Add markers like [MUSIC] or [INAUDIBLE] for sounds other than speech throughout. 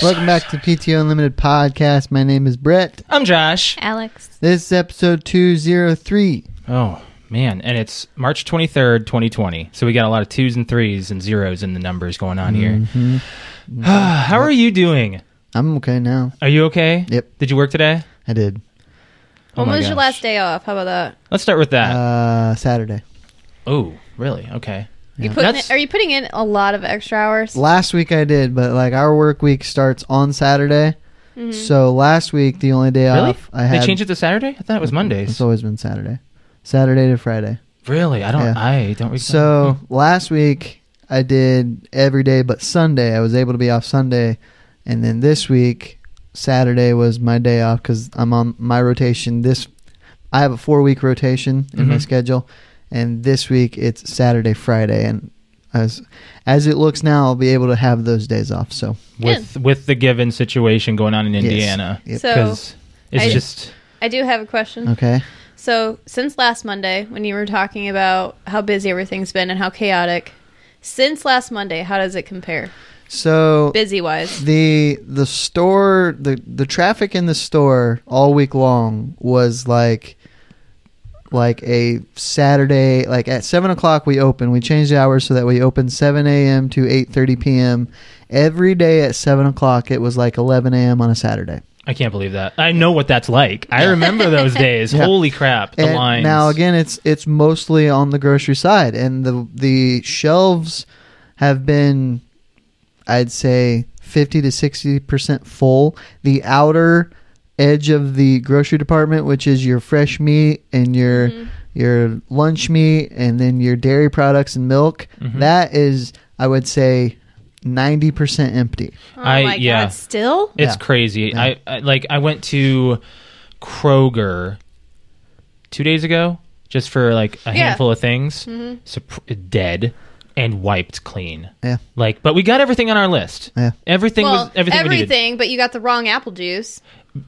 Welcome back to PTO Unlimited Podcast. My name is Brett. I'm Josh. Alex, This is episode 203. Oh, man. And it's March 23rd, 2020. So we got a lot of twos and threes and zeros in the numbers going on here. [SIGHS] Mm-hmm. How are you doing? I'm okay now. Are you okay? Yep. Did you work today? I did. Oh when my was your gosh. last day off? How about that? Let's start with that. Uh, Saturday. oh, really? Okay. You Uh, Yeah. putting That's- in- are you putting in a lot of extra hours? Last week I did, but like our work week starts on Saturday. So last week, the only day Really? off I had. Mm-hmm. they changed it to Saturday? I thought it was Mondays. It's always been Saturday. Saturday to Friday. really? I don't. Yeah. I don't. Recall. So last week I did every day but Sunday. I was able to be off Sunday, and then this week Saturday was my day off because I'm on my rotation. This I have a four week rotation in my Mhm. schedule, and this week it's Saturday Friday, and as as it looks now, I'll be able to have those days off. So with with the given situation going on in Indiana, Yes. So- because it's I- just I do have a question. Uh. Yep. Okay. So, since last Monday, when you were talking about how busy everything's been and how chaotic, since last Monday, how does it compare, So busy wise? the the store the the traffic in the store all week long was like like a Saturday like at seven o'clock we open we changed the hours so that we open seven a.m. to eight thirty p.m. every day at seven o'clock it was like eleven a.m. on a Saturday I can't believe that. I know what that's like. I remember [LAUGHS] those days. Yeah. Holy crap! The and lines. now again it's it's mostly on the grocery side and the the shelves have been I'd say 50 to 60% full. The outer edge of the grocery department, which is your fresh meat and your Mm-hmm. your lunch meat and then your dairy products and milk, that is I would say 90% empty. Oh I- my yeah. god, still? It's Yeah. crazy. I, I like I went to Kroger two days ago just for like a handful of things. Mm-hmm. Surp- dead and wiped clean. Yeah. Like, but we got everything on our list. Yeah. Everything well, was everything, we needed everything, but you got the wrong apple juice.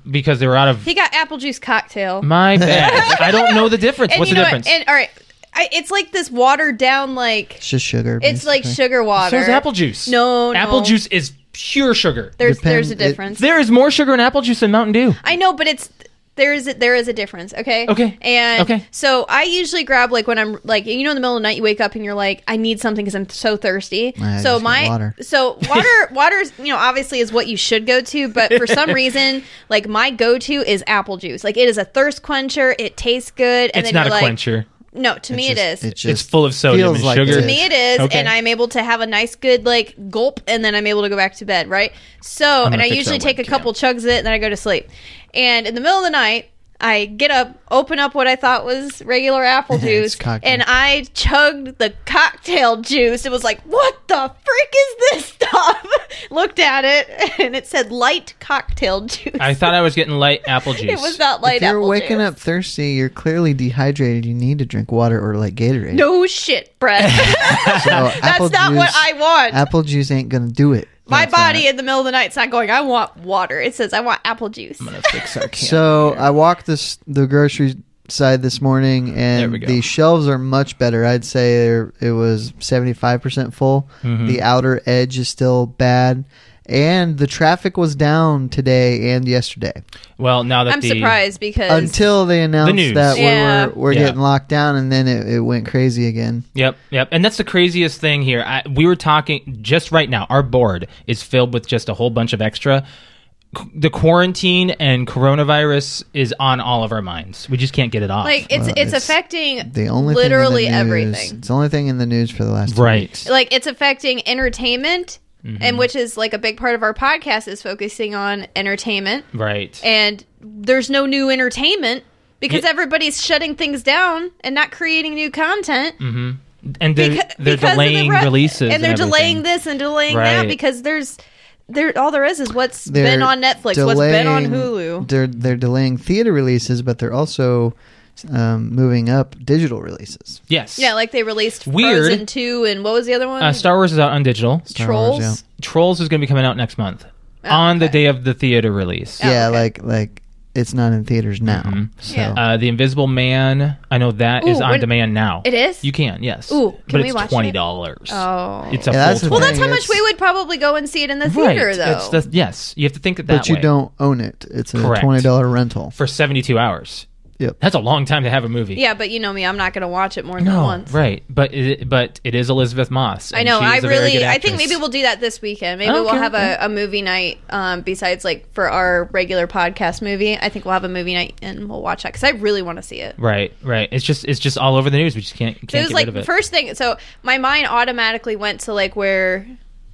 because they were out of He got apple juice cocktail. [LAUGHS] my bad. I don't know the difference. and What's you the know difference? What? And all right, I, it's like this watered down like It's just sugar. it's like basically. sugar water. so is apple juice. No, apple no. juice is pure sugar. There's Depend- there's a it- difference. There is more sugar in apple juice than Mountain Dew. I know, but it's there is there is a difference. Okay. Okay. And Okay. So I usually grab like when I'm like you know in the middle of the night you wake up and you're like I need something because I'm so thirsty. I just so get my water. [LAUGHS] so water water's you know obviously is what you should go to, but [LAUGHS] for some reason like my go to is apple juice. Like it is a thirst quencher. It tastes good. And it's then not you're a like, quencher. No, to me it is. It it's just full of sodium feels and like sugar. it to me it is Okay. and i'm able to have a nice good like gulp and then i'm able to go back to bed right so gonna and i fix usually that take a webcam. couple chugs of it and then i go to sleep and in the middle of the night i get up open up what i thought was regular apple It's juice cocktail. and i chugged the cocktail juice it was like what the freak is this stuff [LAUGHS] looked at it [LAUGHS] and it said light cocktail juice I thought I was getting light apple juice. [LAUGHS] it was not light if you're apple waking juice. up thirsty, you're clearly dehydrated. You need to drink water or like Gatorade. no [LAUGHS] shit brett [LAUGHS] that's So Oh, apple not what juice- i want Apple juice ain't gonna do it. My That's not- body in the middle of the night's not going, I want water. It says, I want apple juice. So I walked this the grocery side this morning, we and go. the shelves are much better. I'd say they're- it was seventy five percent full. Mm-hmm. The outer edge is still bad, and the traffic was down today and yesterday well, now that I'm the, surprised because. until they announced news. that we Yeah. we're we're Yeah. getting locked down, and then it, it went crazy again. Yep, yep. And that's the craziest thing here. I, we were talking just right now. Our board is filled with just a whole bunch of extra. Qu- The quarantine and coronavirus is on all of our minds. We just can't get it off. like it's, it's it's affecting The only thing in the literally news- everything. It's the only thing in the news for the last two right. Like it's affecting entertainment, Mm-hmm. and which is like a big part of our podcast is focusing on entertainment. Right. And there's no new entertainment because everybody's shutting things down and not creating new content. and Mm-hmm. they're, Beca- they're because of the delaying re- releases and they're delaying everything. this and delaying that Right. because there's there all there is is what's They're been on Netflix, what's been on delaying- Hulu. They're they're delaying theater releases, but they're also um, moving up digital releases. Yes. Yeah, like they released Weird. Frozen two and what was the other one? uh, Star Wars is out on digital. Star Wars, Trolls. Trolls is going to be coming out next month on the day of the theater release. Oh, yeah, okay. like like it's not in theaters now. So Yeah. Uh, the Invisible Man, I know that is Ooh, on when- demand now. It is? You can, yes. Ooh, can but we it's watch it? twenty dollars. Oh. it's a Yeah, that's full the well, twenty. that's how Dang, much we it's- would probably go and see it in the right. theater, It's though. the, yes, you have to think that. but you way. don't own it. It's a Correct. twenty dollar rental. for seventy-two hours. Yep. That's a long time to have a movie. yeah, but you know me, I'm not going to watch it more than No, once. right, but it, but it is Elizabeth Moss. I and know. she's I a very good really. I think actress. maybe we'll do that this weekend. Maybe Okay, we'll have okay. a, a movie night. Um, besides like for our regular podcast movie, I think we'll have a movie night and we'll watch that because I really want to see it. Right, right. It's just it's just all over the news. We just can't can't So it was get like rid of the it. first thing. So my mind automatically went to like where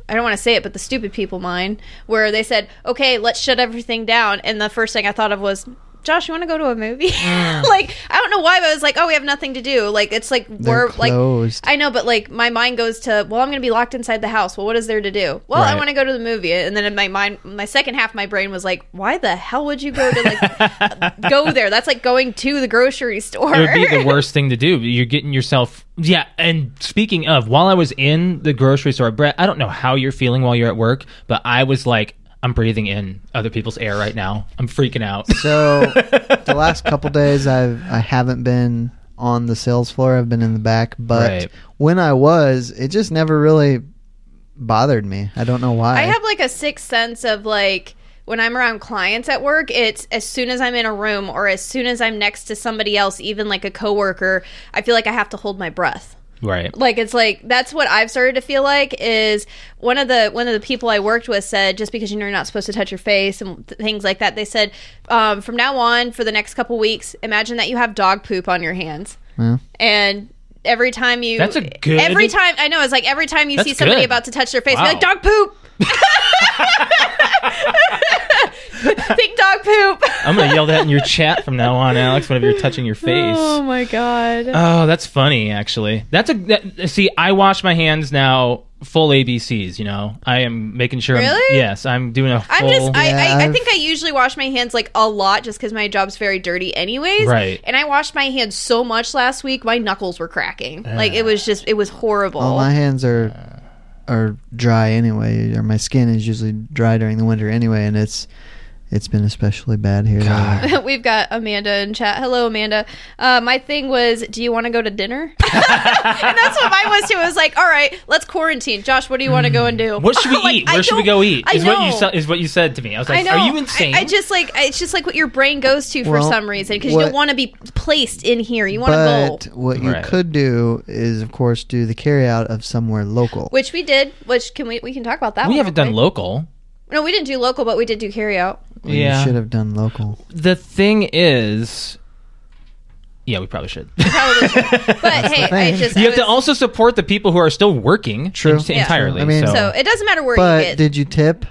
I don't want to say it, but the stupid people mind where they said, "Okay, let's shut everything down." And the first thing I thought of was. Josh, you want to go to a movie? [LAUGHS] Mm. like I don't know why, but I was like, oh, we have nothing to do. Like it's like They're we're closed. like I know, but like my mind goes to, well, I'm going to be locked inside the house. Well, what is there to do? Well, I Right. want to go to the movie, and then in my mind, my second half, of my brain was like, why the hell would you go to like [LAUGHS] go there? That's like going to the grocery store. It would be the worst thing to do. You're getting yourself. Yeah. And speaking of, while I was in the grocery store, Brett, I don't know how you're feeling while you're at work, but I was like, I'm breathing in other people's air right now. I'm freaking out. [LAUGHS] So the last couple days, I've I haven't been on the sales floor. I've been in the back, but Right. when I was, it just never really bothered me. I don't know why. I have like a sixth sense of like when I'm around clients at work, it's as soon as I'm in a room or as soon as I'm next to somebody else, even like a coworker, I feel like I have to hold my breath. right. Like it's like that's what I've started to feel like is one of the one of the people I worked with said just because you know you're not supposed to touch your face and th- things like that. They said um, from now on for the next couple weeks, imagine that you have dog poop on your hands Yeah. and. Every time you, That's a good- Every time I know, it's like every time you That's see somebody good. about to touch their face, Wow. be like [LAUGHS] dog poop. [LAUGHS] Think dog poop. I'm going to yell that in your chat from now on, Alex, whenever you're touching your face. my god. Oh, that's funny. Actually, that's a that, see. I wash my hands now, full ABCs. You know, I am making sure. I'm, Really? yes, I'm doing a I'm full. just I, Yeah, I, I I've- think I usually wash my hands like a lot just because my job's very dirty anyways. Right. And I washed my hands so much last week, my knuckles were cracking. Like it was just it was horrible. Well, Oh, my hands are are dry anyway, or my skin is usually dry during the winter anyway, and it's it's been especially bad here. God. [LAUGHS] We've got Amanda in chat. Hello, Amanda. Uh, my thing was, do you want to go to dinner? [LAUGHS] and that's what mine was too. It was like, all right, let's quarantine. Josh, what do you want to go and [LAUGHS] do? Hmm. What should [LAUGHS] we Like, eat? I Where should we don't- go eat? I Is what you know. sa- is what you said to me. I was I like, know. "Are you insane?" I, I just like it's just like what your brain goes to for Well, some reason because you what- don't want to be placed in here. [LAUGHS] You want to go. But what you Right. could do is, of course, do the carryout of somewhere local. Which we did. Which can we we can talk about that? we one haven't real [LAUGHS] done quick. local. No, we didn't do local, but we did do carryout. yeah. You should have done local. The thing is, yeah, we probably should. Probably. should. [LAUGHS] but hey, I thing. just I you have to was- also support the people who are still working. True. en- Yeah. entirely. I mean- so. So it doesn't matter where you But get. did you tip?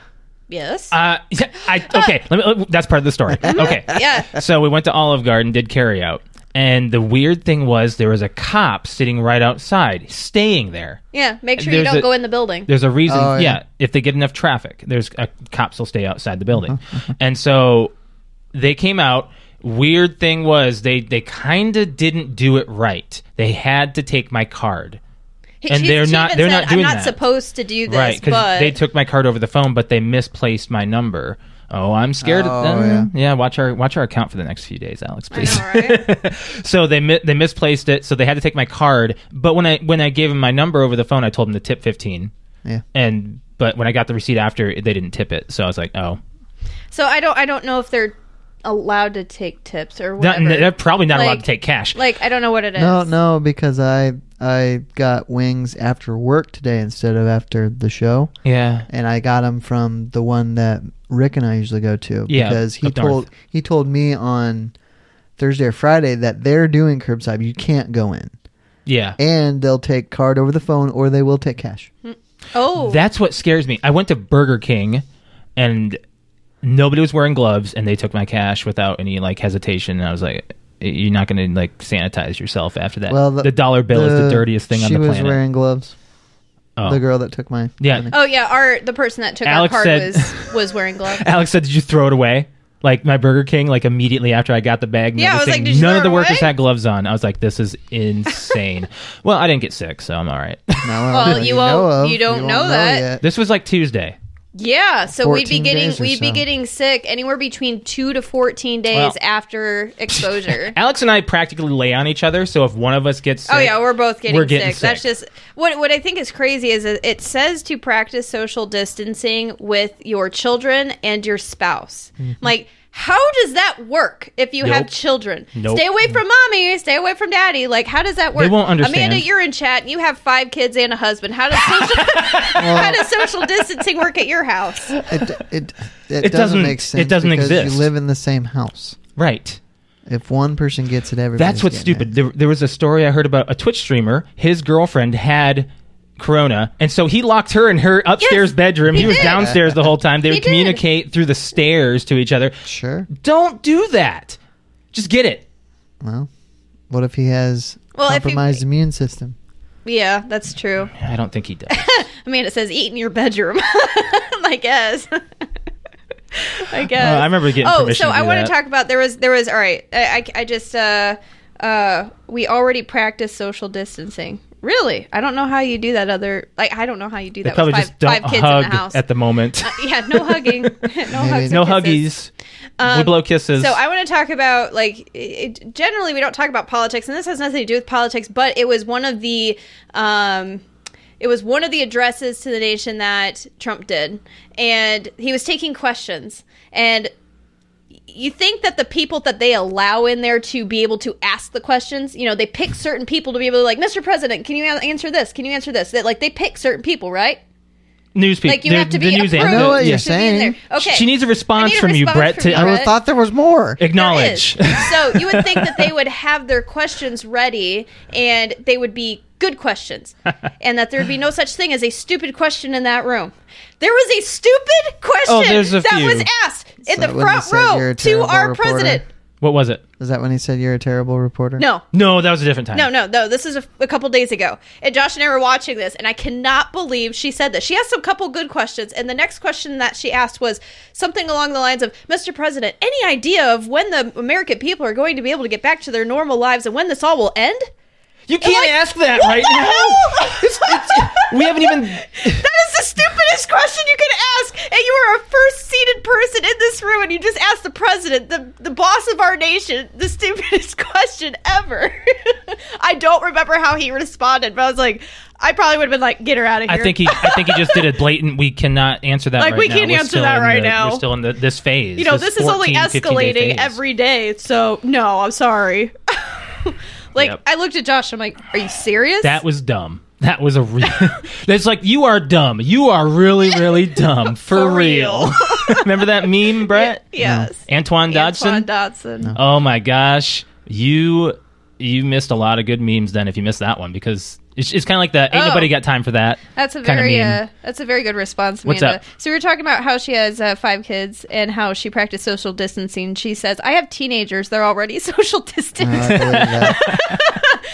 yes. uh, [LAUGHS] yeah, I, okay, let me, that's part of the story. Okay, yeah. so we went to Olive Garden, did carry out, and the weird thing was there was a cop sitting right outside, staying there. Yeah. Make sure you There's don't a- go in the building. There's a reason, Oh, yeah. yeah. If they get enough traffic, there's a, cops will stay outside the building, and so they came out. Weird thing was they they kind of didn't do it right. They had to take my card, He- and she- they're she not- even they're said, not doing I'm not that." supposed to do this, right? but they took my card over the phone, but they misplaced my number. Oh, I'm scared. Oh, of them. yeah. yeah, watch our watch our account for the next few days, Alex, I please. know, right? [LAUGHS] so they mi- they misplaced it, so they had to take my card. But when I when I gave him my number over the phone, I told him to tip fifteen. Yeah. And but when I got the receipt after, they didn't tip it, so I was like, oh, so I don't I don't know if they're allowed to take tips or Not- whatever. they're probably not allowed Like- to take cash. like I don't know what it is. No, no, because I I got wings after work today instead of after the show, yeah, and I got them from the one that Rick and I usually go to. Yeah, because he up north. told he told me on Thursday or Friday that they're doing curbside. You can't go in, yeah. and they'll take card over the phone, or they will take cash. Oh, That's what scares me. I went to Burger King, and nobody was wearing gloves, and they took my cash without any like hesitation. And I was like, You're not going to like sanitize yourself after that. Well, the, dollar bill is the dirtiest thing on the She was planet. wearing gloves. oh. The girl that took my Yeah. money. Oh yeah, our the person that took Alex our card said- was was [LAUGHS] wearing gloves. Alex said, "Did you throw it away?" Like my Burger King, like immediately after I got the bag, and Yeah, I was everything, like, "Did you none throw of the it workers away?" had gloves on. I was like, "This is [LAUGHS] insane." well, I didn't get sick, so I'm all right. [LAUGHS] Now, Oh, Well, don't you know won't- of. you don't won't know that. yet. this was like Tuesday. yeah, so we'd be 14 getting days or we'd be so. getting sick anywhere between two to fourteen days Well. after exposure. Alex and I practically lay on each other, so if one of us gets sick, Oh yeah, we're both getting, We're getting sick. That's just what what I think is crazy is that it says to practice social distancing with your children and your spouse. Like how does that work if you have Mm-hmm. Nope. children? Nope. Stay away from mommy, stay away from daddy. Like how does that work? won't understand. Amanda, you're in chat and you have five kids and a husband. How does social [LAUGHS] [LAUGHS] how does social distancing work at your house? It, it, it, It doesn't doesn't- make it sense. doesn't because exist. You live in the same house. right. If one person gets it, everybody. That's what's stupid. There, there was a story I heard about a Twitch streamer. His girlfriend had corona, and so he locked her in her upstairs bedroom. He, was did. downstairs the whole time. They would did. communicate through the stairs to each other. Sure. Don't do that. Just get it. Well, what if he has Well, if you- compromised immune system? Yeah, that's true. I don't think he [LAUGHS] does. I mean, it says eat in your bedroom. [LAUGHS] I guess. [LAUGHS] I guess. Uh, I remember getting Oh, permission so to I do want that. to talk about there was there was all right. I I, I just uh uh we already practice social distancing. Really, I don't know how you do that. Other like I don't know how you do They that. probably With five, just don't five kids hug in the house. Uh, at the moment. yeah, no hugging, [LAUGHS] no hugs, no and kisses. huggies. we blow kisses. Um, So I want to talk about like it, generally we don't talk about politics, and this has nothing to do with politics, but it was one of the. Um, it was one of the addresses to the nation that Trump did, and he was taking questions. And you think that the people that they allow in there to be able to ask the questions, you know, they pick certain people to be able to like, Mr. President, can you a- answer this? Can you answer this? That like they pick certain people, right? news people. Like you have to be approved. I know what yeah. you're to be in there. saying. Okay, She needs a response I need a from you, response Brett, from to you, I Brett. would've thought there was more. There acknowledge. is. so you would think that they would have their questions ready and they would be good questions and that there would be no such thing as a stupid question in that room. There was a stupid question Oh, there's a that few. was asked in the that when they front said you're row a to terrible our reporter? president. [LAUGHS] what was it? Is that when he said you're a terrible reporter? No. No, that was a different time. No, no, no. This is a, a couple days ago. And Josh and I were watching this, and I cannot believe she said this. She asked a couple good questions, and the next question that she asked was something along the lines of Mr. President, any idea of when the American people are going to be able to get back to their normal lives and when this all will end? You can't Like, ask that what right the now. hell? It's- it's- we haven't even. [LAUGHS] That is the stupidest question you could ask. And you are a first seated person in this room, and you just asked the president, the, the boss of our nation, the stupidest [LAUGHS] question ever. [LAUGHS] I don't remember how he responded, but I was like, I probably would have been like, get her out of I here. think he. I think he just did a blatant. We cannot answer that. Like, right we now. can't We're answer still that in right the- now. We're still in the, this phase. [LAUGHS] you know, this, is only 14, 15 day escalating phase. every day, so no, I'm sorry. [LAUGHS] like, Yep. I looked at Josh, I'm like, are you serious? That was dumb. That was a real. [LAUGHS] That's like you are dumb. You are really, [LAUGHS] really dumb for, For real. real. [LAUGHS] Remember that meme, Brett? yes. Antoine Dodson. Antoine Dodson. Oh my gosh, you you missed a lot of good memes then if you missed that one because it's, it's kind of like that. Ain't Oh. nobody got time for that. That's a kinda very meme. uh, that's a very good response, What's Amanda. up? So we were talking about how she has uh, five kids and how she practiced social distancing. She says, "I have teenagers; they're already [LAUGHS] social distanced." I believe that.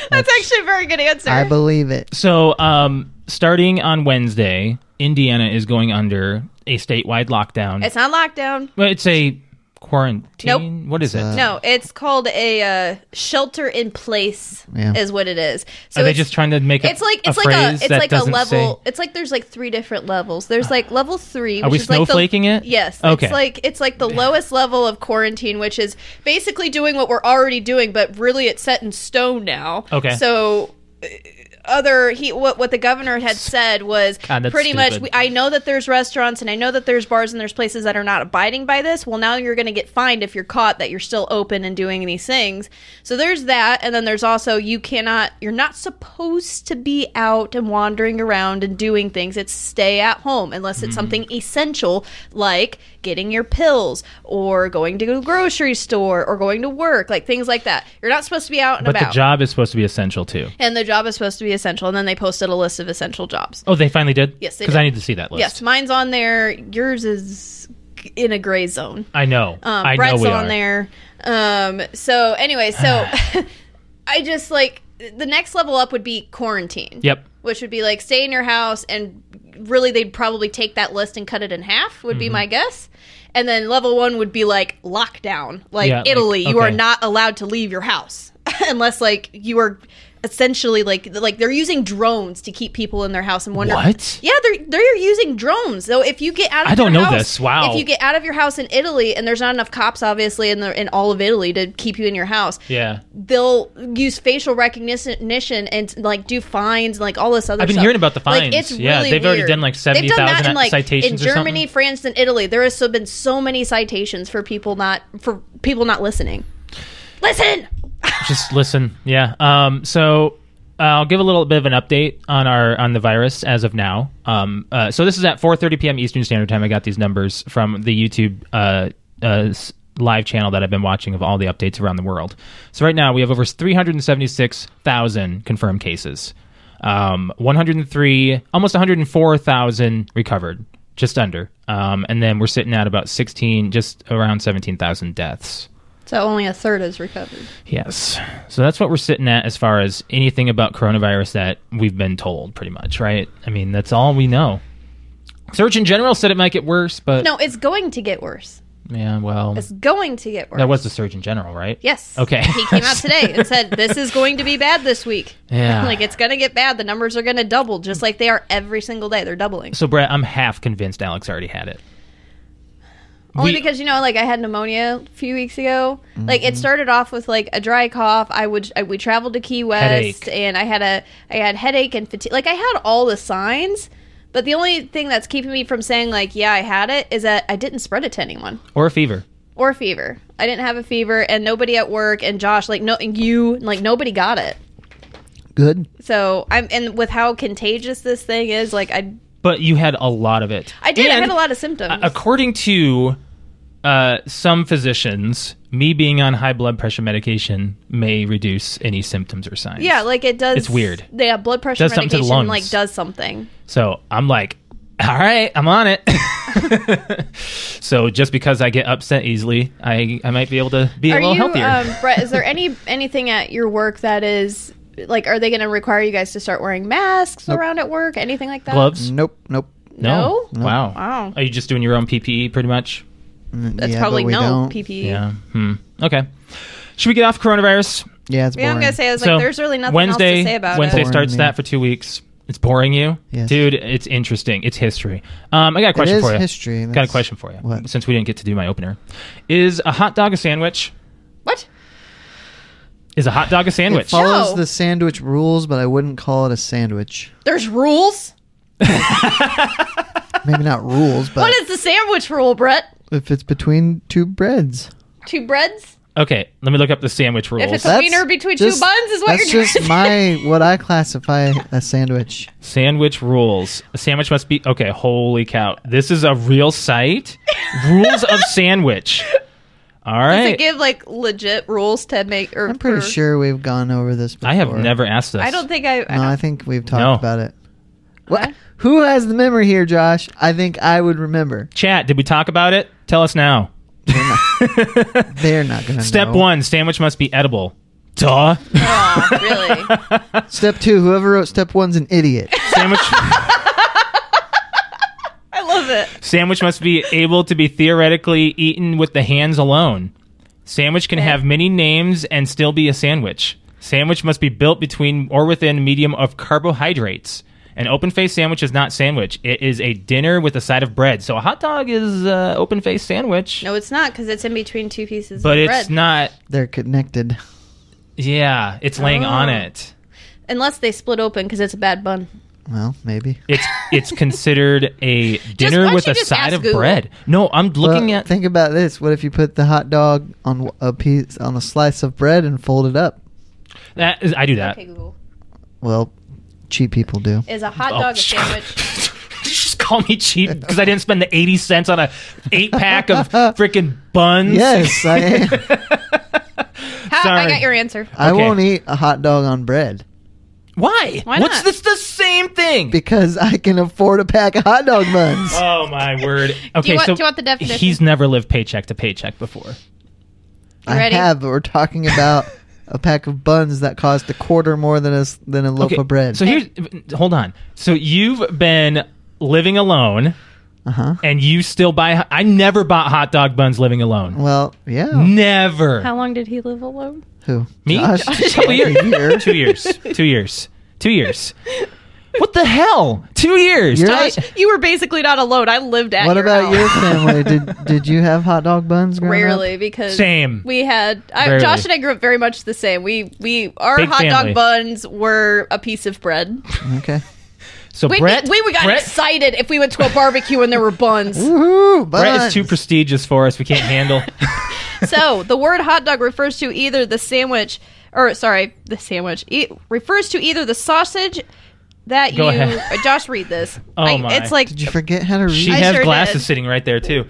that's actually a very good answer. Uh, I [LAUGHS] believe it. So, um, starting on Wednesday, Indiana is going under a statewide lockdown. it's not lockdown. Well, it's a quarantine. Nope. What is it? Uh, No, it's called a uh, shelter in place, Yeah. is what it is. So Are they it's- just trying to make a, it's like it's a like a phrase it's that like a doesn't level say- it's like there's like three different levels there's like level three Are which we is like the- snowflaking it? yes Okay. it's like it's like the lowest level of quarantine which is basically doing what we're already doing but really it's set in stone now Okay. so uh, other he what what the governor had said was God, that's pretty much stupid. we, I know that there's restaurants and I know that there's bars and there's places that are not abiding by this. Well, now you're going to get fined if you're caught that you're still open and doing these things. So there's that. And then there's also you cannot, you're not supposed to be out and wandering around and doing things. It's stay at home unless Mm-hmm. it's something essential like getting your pills or going to the grocery store or going to work, like things like that. You're not supposed to be out and But about. the job is supposed to be essential too. and the job is supposed to be essential. And then they posted a list of essential jobs. Oh, they finally did. Yes, they because did. I need to see that list. Yes, mine's on there. Yours is in a gray zone. I know. Um, I Brett's know we on are. there. Um, so anyway, [SIGHS] so [LAUGHS] I just like the next level up would be quarantine. Yep. Which would be like stay in your house, and really they'd probably take that list and cut it in half. Would be Mm-hmm. my guess. And then level one would be like lockdown, like Yeah, like, Italy. You are okay. not allowed to leave your house [LAUGHS] unless like you are essentially like like they're using drones to keep people in their house and wonder What? yeah, they're they're using drones. So if you get out of I don't your know house- this. Wow. If you get out of your house in Italy and there's not enough cops obviously in the in all of Italy to keep you in your house. Yeah. They'll use facial recognition and like do fines and like all this other I've been stuff. hearing about the Like, fines. it's Yeah, really they've already weird. done, like, They've done that 70,000 in, like, citations or in Germany, something. France, and Italy. There has so been so many citations for people not for people not listening. Listen. just listen yeah um so uh, I'll give a little bit of an update on our on the virus as of now. Um, uh, so this is at 4:30 p.m. Eastern Standard Time. I got these numbers from the YouTube uh, uh, s- live channel that I've been watching of all the updates around the world. So right now we have over 376,000 confirmed cases, um, 103, almost 104,000 recovered, just under, um, and then we're sitting at about 16, just around 17,000 deaths. So only a third is recovered. Yes. So that's what we're sitting at as far as anything about coronavirus that we've been told, pretty much, right? I mean, that's all we know. Surgeon General said it might get worse, but No, it's going to get worse. yeah, well, It's going to get worse. that was the Surgeon General, right? Yes. Okay. He came out today [LAUGHS] and said, "This is going to be bad this week. Yeah. like it's going to get bad. The numbers are going to double, just like they are every single day. They're doubling. So, Brett, I'm half convinced Alex already had it. Only We- Mm-hmm. because you know, like I had pneumonia a few weeks ago. Like it started off with like a dry cough. I would I, we traveled to Key West Headache. and I had a I had headache and fatigue. Like I had all the signs, but the only thing that's keeping me from saying like, yeah, I had it, is that I didn't spread it to anyone. Or a fever. or fever. I didn't have a fever, and nobody at work and Josh, like no, and you, like nobody got it. Good. So I'm, and with how contagious this thing is, like I, But you had a lot of it. I did, I And had a lot of symptoms. According to uh, some physicians, me being on high blood pressure medication may reduce any symptoms or signs. yeah, like it does. It's weird. Yeah, blood pressure Does something to the medication lungs. like does something. So I'm like, all right, I'm on it. [LAUGHS] so just because I get upset easily, I, I might be able to be a Are little you, healthier. um, [LAUGHS] Brett? Is there any anything at your work that is like? Are they going to require you guys to start wearing masks around at work? Anything like that? Gloves? Nope. Nope. No. No? Wow. Wow. Are you just doing your own PPE pretty much? That's probably no E. PPE. Yeah. Hmm. Okay. Should we get off coronavirus? Yeah, it's Yeah, I'm boring. gonna say I was So, like, there's really nothing Wednesday, else to say about Wednesday it. Boring, starts yeah. that for two weeks. It's boring you, Yes. dude. It's interesting. It's history. Um, I got a question is for you. history. Got a That's- question for you. what? Since we didn't get to do my opener, is a hot dog a sandwich? What? Is a hot dog a It sandwich? follows No. the sandwich rules, but I wouldn't call it a sandwich. There's rules. Maybe not rules, [LAUGHS] but What is the sandwich rule, Brett? if it's between two breads, Two breads? [LAUGHS] Okay, let me look up the sandwich rules. If it's a wiener between two buns is what that's you're just my what I classify a sandwich. Sandwich rules. A sandwich must be okay. Holy cow! This is a real site. rules [LAUGHS] of sandwich. All Does right. it give like legit rules to make? Or I'm pretty [LAUGHS] for- sure we've gone over this. before. I have never asked this. I don't think I. I No, I don't- think we've talked No. about it. What? Who has the memory here, Josh? I think I would remember. Chat. Did we talk about it? Tell us [LAUGHS] now. [LAUGHS] They're not gonna. Step know. one: sandwich must be edible. [LAUGHS] Duh. Aw, really? Step two. Whoever wrote step one's an [LAUGHS] idiot. sandwich. I love it. sandwich must be able to be theoretically eaten with the hands alone. Sandwich can have many names and still be a sandwich. Sandwich must be built between or within medium of carbohydrates. An open faced sandwich is not sandwich. It is a dinner with a side of bread. So a hot dog is uh, open faced sandwich, No, it's not because it's in between two pieces. but of it's bread. not. They're connected. Yeah, it's laying on Oh. it. unless they split open because it's a bad bun. Well, maybe. It's it's considered a why dinner don't with you a [LAUGHS] just side ask of Google? bread. No, I'm looking Well, at Think about this. What if you put the hot dog on a piece on a slice of bread and fold it up? that. Is, I do that. Okay, Google. Well, cheap people do. Is a hot Oh. dog [LAUGHS] a sandwich? Just call me cheap because I didn't spend the 80 cents on a eight pack of freaking buns. [LAUGHS] Yes, I am. Ha, I Sorry. got your answer. I Okay. won't eat a hot dog on bread. Why? Why What's not? this the same thing? because I can afford a pack of hot dog buns. oh my word. Okay, want- so do you want the definition? he's never lived paycheck to paycheck before. I Ready? have, but we're [LAUGHS] talking about a pack of buns that cost a quarter more than a s- than a loaf okay, of bread. So here's hold on. So you've been living alone uh-huh. and you still buy I never bought hot dog buns living alone. Well, yeah. Never. How long did he live alone? Who? Mm. Me? [LAUGHS] [LAUGHS] Josh? A couple years. A [LAUGHS] year. Two years. Two years. Two years. What the hell? Two years. You're I- not- You were basically not alone. I lived at What your about house. [LAUGHS] your family? Did did you have hot dog buns? growing up? Rarely because Same. We had I, Rarely. Josh and I grew up very much the same. We we our Big hot family. dog buns were a piece of bread. Okay. so We Brett, we, we got Brett, excited if we went to a barbecue and there were [LAUGHS] buns. Woohoo! Buns. Brett is too prestigious for us. We can't [LAUGHS] handle. so the word hot dog refers to either the sandwich or sorry the sandwich e- refers to either the sausage that Go you ahead. josh read this [LAUGHS] Oh I- my. it's like Did you forget how to read? She I has sure glasses did. sitting right there too.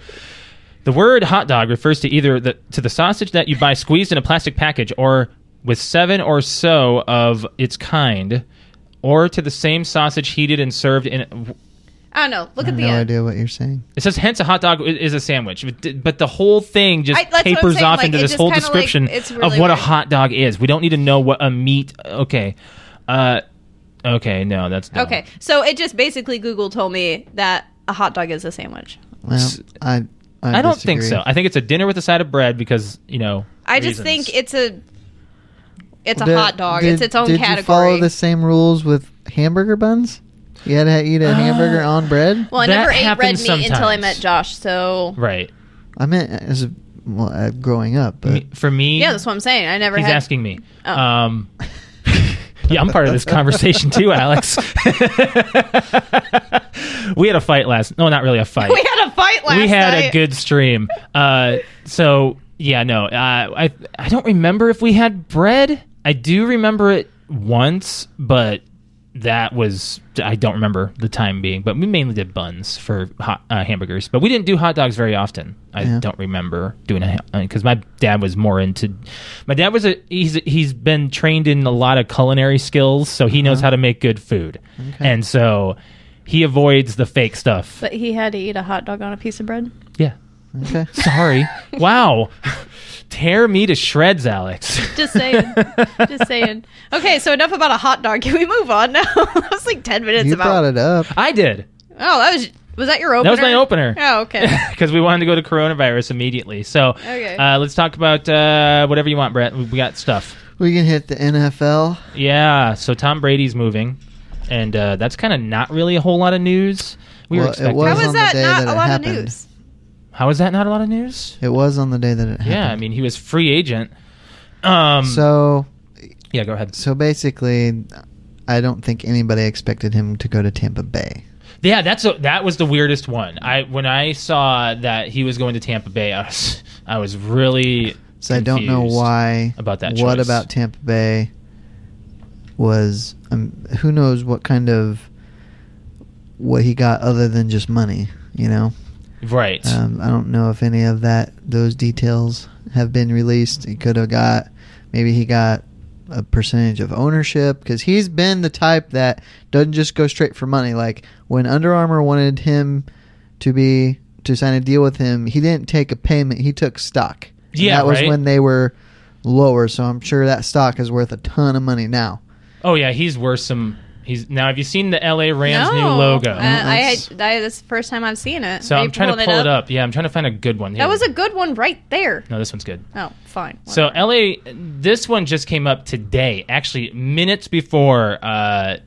The word hot dog refers to either the to the sausage that you buy squeezed in a plastic package or with seven or so of its kind or to the same sausage heated and served in i don't know look at the no end idea what you're saying. it says hence a hot dog i- is a sandwich but- but the whole thing just I- that's what I'm tapers saying, off like, into it this just whole kinda, like, description it's of really what a weird. hot dog is we don't need to know what a meat okay uh okay no that's dumb. okay so it just basically google told me that a hot dog is a sandwich Well, I I, I don't think disagree. so. I think it's a dinner with a side of bread because you know. i just reasons. think it's a it's a Did- hot dog did- it's its own did category you follow the same rules with hamburger buns? You had to eat a hamburger on bread. Uh, well i That never ate red meat happens until i sometimes. met josh so right. I meant as a, well, uh, growing up, but Me- [LAUGHS] For me, yeah that's what i'm saying i never he's had asking me. Oh. Um, yeah, I'm part of [LAUGHS] this conversation too, Alex. [LAUGHS] we had a fight last. No, not really a fight. [LAUGHS] [LAUGHS] we had a fight last We had night. a good stream. Uh, so yeah, no, uh, I I don't remember if we had bread. I do remember it once, but that was I don't remember the time being. But we mainly did buns for hot, uh, hamburgers, but we didn't do hot dogs very often. I Yeah. don't remember doing a because my dad was more into. My dad was a he's he's been trained in a lot of culinary skills, so he Uh-huh. knows how to make good food, and so he avoids the fake stuff. but he had to eat a hot dog on a piece [LAUGHS] of bread yeah. okay. [LAUGHS] Sorry. wow. Tear me to shreds, Alex. Just saying. Just saying. Okay, so enough about a hot dog. Can we move on now? [LAUGHS] that was like ten minutes you about. brought it up. I did Oh, that was was that your opener? That was my opener. Oh, [LAUGHS] okay. because we wanted to go to coronavirus immediately. So Okay. uh, let's talk about uh, whatever you want, Brett. We we got stuff. We can hit the NFL. Yeah. So Tom Brady's moving, and uh, that's kind of not really a whole lot of news. We Well, were it expecting. was How was on the that day not that a it lot happened. of news? How is that not a lot of news? It was on the day that it happened. Yeah. I mean, he was free agent. Um, So yeah. Go ahead. so basically, I don't think anybody expected him to go to Tampa Bay. Yeah, that's a, that was the weirdest one. I when I saw that he was going to Tampa Bay, I was I was really. So I don't know confused. why about that What choice. about Tampa Bay was? Um, who knows what kind of what he got other than just money? You know, Right. um, I don't know if any of that those details have been released. He could have got maybe he got a percentage of ownership because he's been the type that doesn't just go straight for money. Like when Under Armour wanted him to be to sign a deal with him, he didn't take a payment. He took stock. And Yeah, that was right. when they were lower. So I'm sure that stock is worth a ton of money now. oh yeah, he's worth some. He's now. Have you seen the L.A. Rams no. new logo? Uh, I had. that's- I, this is the first time I've seen it. so Are I'm you trying to pulling pull it up. Yeah, I'm trying to find a good one. Here. That was a good one right there. No, this one's good. Oh, fine. So L.A. This one just came up today, actually minutes before uh,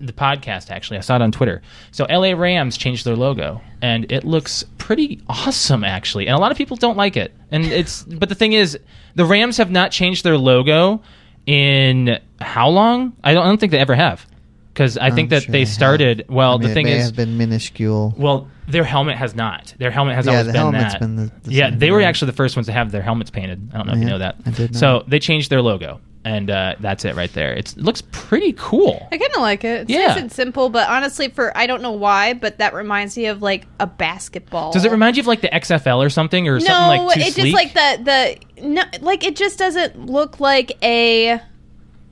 the podcast. Actually, I saw it on Twitter. So L.A. Rams changed their logo, and it looks pretty awesome, actually. And a lot of people don't like it. And it's [LAUGHS] but the thing is, the Rams have not changed their logo in how long? I don't, I don't think they ever have, because I think I'm that sure they have. started. Well, I mean, the it thing may is, have been minuscule. well, their helmet has not. Their helmet has Yeah, always the been helmet's that. been the- the yeah, same, they were yeah. actually the first ones to have their helmets painted. I don't know if you Yeah, know that. I did not. So they changed their logo, and uh, that's it right there. It's, it looks pretty cool. I kind of like it. It's Yeah. nice and simple, but honestly, for I don't know why, but that reminds me of like a basketball. Does it remind you of like the XFL or something, or no, something like too it sleek? just like the the no, like it just doesn't look like a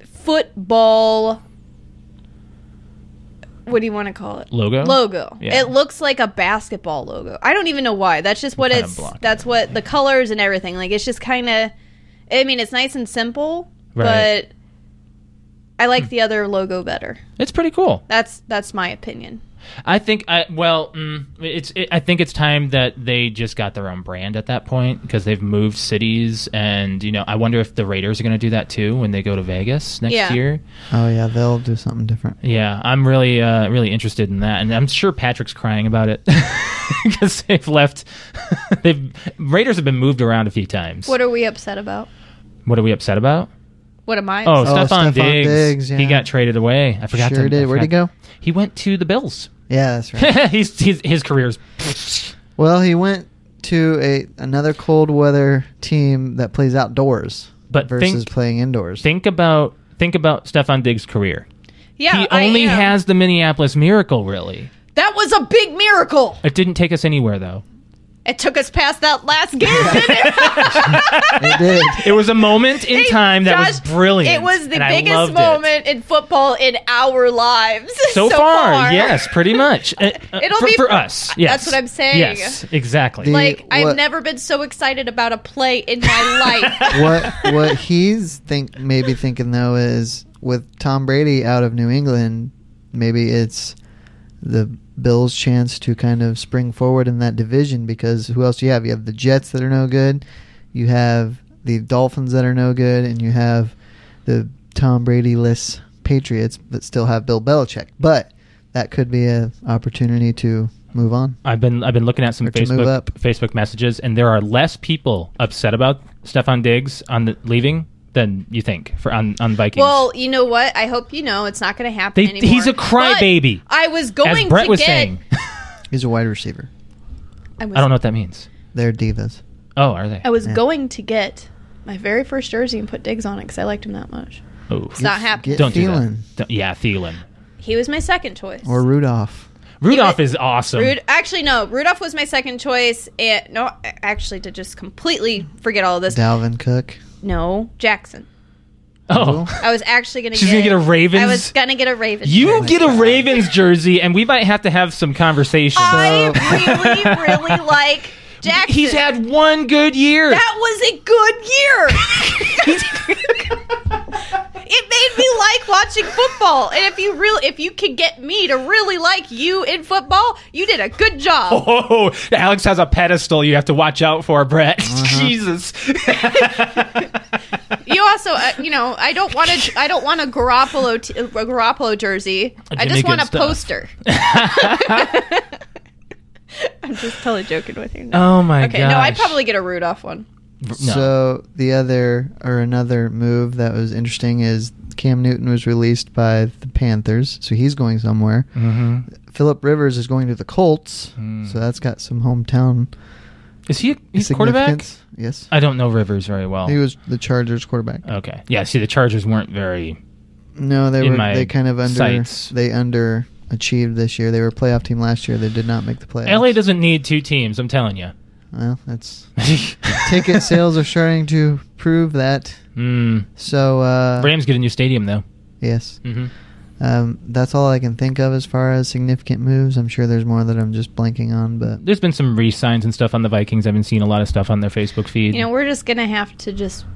football what do you want to call it? logo. Logo. Yeah. It looks like a basketball logo. I don't even know why. That's just what Kinda it's. block That's what the colors and everything. Like it's just kind of. I mean, it's nice and simple, Right. but I like the other logo better. It's pretty cool. That's that's my opinion. I think I well, mm, it's it, I think it's time that they just got their own brand at that point because they've moved cities and you know I wonder if the Raiders are going to do that too when they go to Vegas next Yeah. year. Oh yeah, they'll do something different. Yeah, I'm really uh, really interested in that, and I'm sure Patrick's crying about it [LAUGHS] because they've left. [LAUGHS] they've Raiders have been moved around a few times. What are we upset about? What are we upset about? What am I? Oh, upset- Stephon, Stephon Diggs. Diggs, He yeah. got traded away. I forgot. Sure to, did. I Where'd he forgot- go? He went to the Bills. [LAUGHS] Yeah, that's right. he's, he's his career's well, he went to a another cold weather team that plays outdoors But versus think- playing indoors. think about think about Stefan Diggs' career. yeah, he I only am. has the Minneapolis Miracle. Really, That was a big miracle. it didn't take us anywhere though. It took us past that last game, [LAUGHS] didn't it? It did. It was a moment in time that was Josh, brilliant. It was the and I biggest loved it. moment in football in our lives [LAUGHS] So, far, yes, pretty much. Uh, uh, It'll for, be- for us. Yes, that's what I'm saying. Yes, exactly. The- Like I've What- never been so excited about a play in my life. [LAUGHS] [LAUGHS] what what he's think maybe thinking though is with Tom Brady out of New England, maybe it's the Bills' chance to kind of spring forward in that division because who else do you have? You have the Jets that are no good, you have the Dolphins that are no good, and you have the Tom Brady less Patriots that still have Bill Belichick. But that could be an opportunity to move on. I've been I've been looking at some Or to move Facebook up. Facebook messages, and there are less people upset about Stefan Diggs on the leaving than you think for on on Vikings. well, you know what? I hope you know it's not going to happen They- anymore. he's a But crybaby. I was as going Brett to was get. [LAUGHS] saying, He's a wide receiver. I, was, I don't know what that means. They're divas. Oh, are they? I was Yeah. going to get my very first jersey and put digs on it because I liked him that much. Oh, It's not happening. Get don't do Thielen that. Don't- yeah, Thielen. He was my second choice. or Rudolph. Rudolph it- is awesome. Rud- actually, no. Rudolph was my second choice. And no, actually, to just completely forget all of this. Dalvin Cook. No, Jackson. oh, I was actually gonna. She's get, gonna get a Ravens? I was gonna get a Ravens. you get a Ravens jersey, and we might have to have some conversation. I So- really, [LAUGHS] really like Jackson. He's had one good year. That was a [LAUGHS] good year. it made me like watching football. And if you really, if you could get me to really like you in football, you did a good job. Oh, Alex has a pedestal you have to watch out for, Brett. Uh-huh. [LAUGHS] [LAUGHS] Jesus. You also, uh, you know, I don't want to. I don't want a Garoppolo, t- a Garoppolo jersey. I Jimmy just want Good a stuff. poster. [LAUGHS] I'm just totally joking with you. Now. Oh my god. okay, no, I'd probably get a Rudolph one. No. So the other or another move that was interesting is Cam Newton was released by the Panthers, so he's going somewhere. Mhm. Philip Rivers is going to the Colts, so that's got some hometown Is he a Hmm. he's a quarterback? Oh. significance. Yes, I don't know Rivers very well. he was the Chargers quarterback. okay. Yeah, see the Chargers weren't very No, they in were my they kind of under sights. they underachieved this year. They were a playoff team last year. They did not make the playoffs. LA doesn't need two teams, I'm telling [LAUGHS] you. well, that's ticket sales are starting to prove that. Mm. So uh, Rams get a new stadium though. yes, hmm Um, that's all I can think of as far as significant moves. I'm sure there's more that I'm just blanking on, but There's been some re signs and stuff on the Vikings. I've been seeing a lot of stuff on their Facebook feed. You know, we're just gonna have to just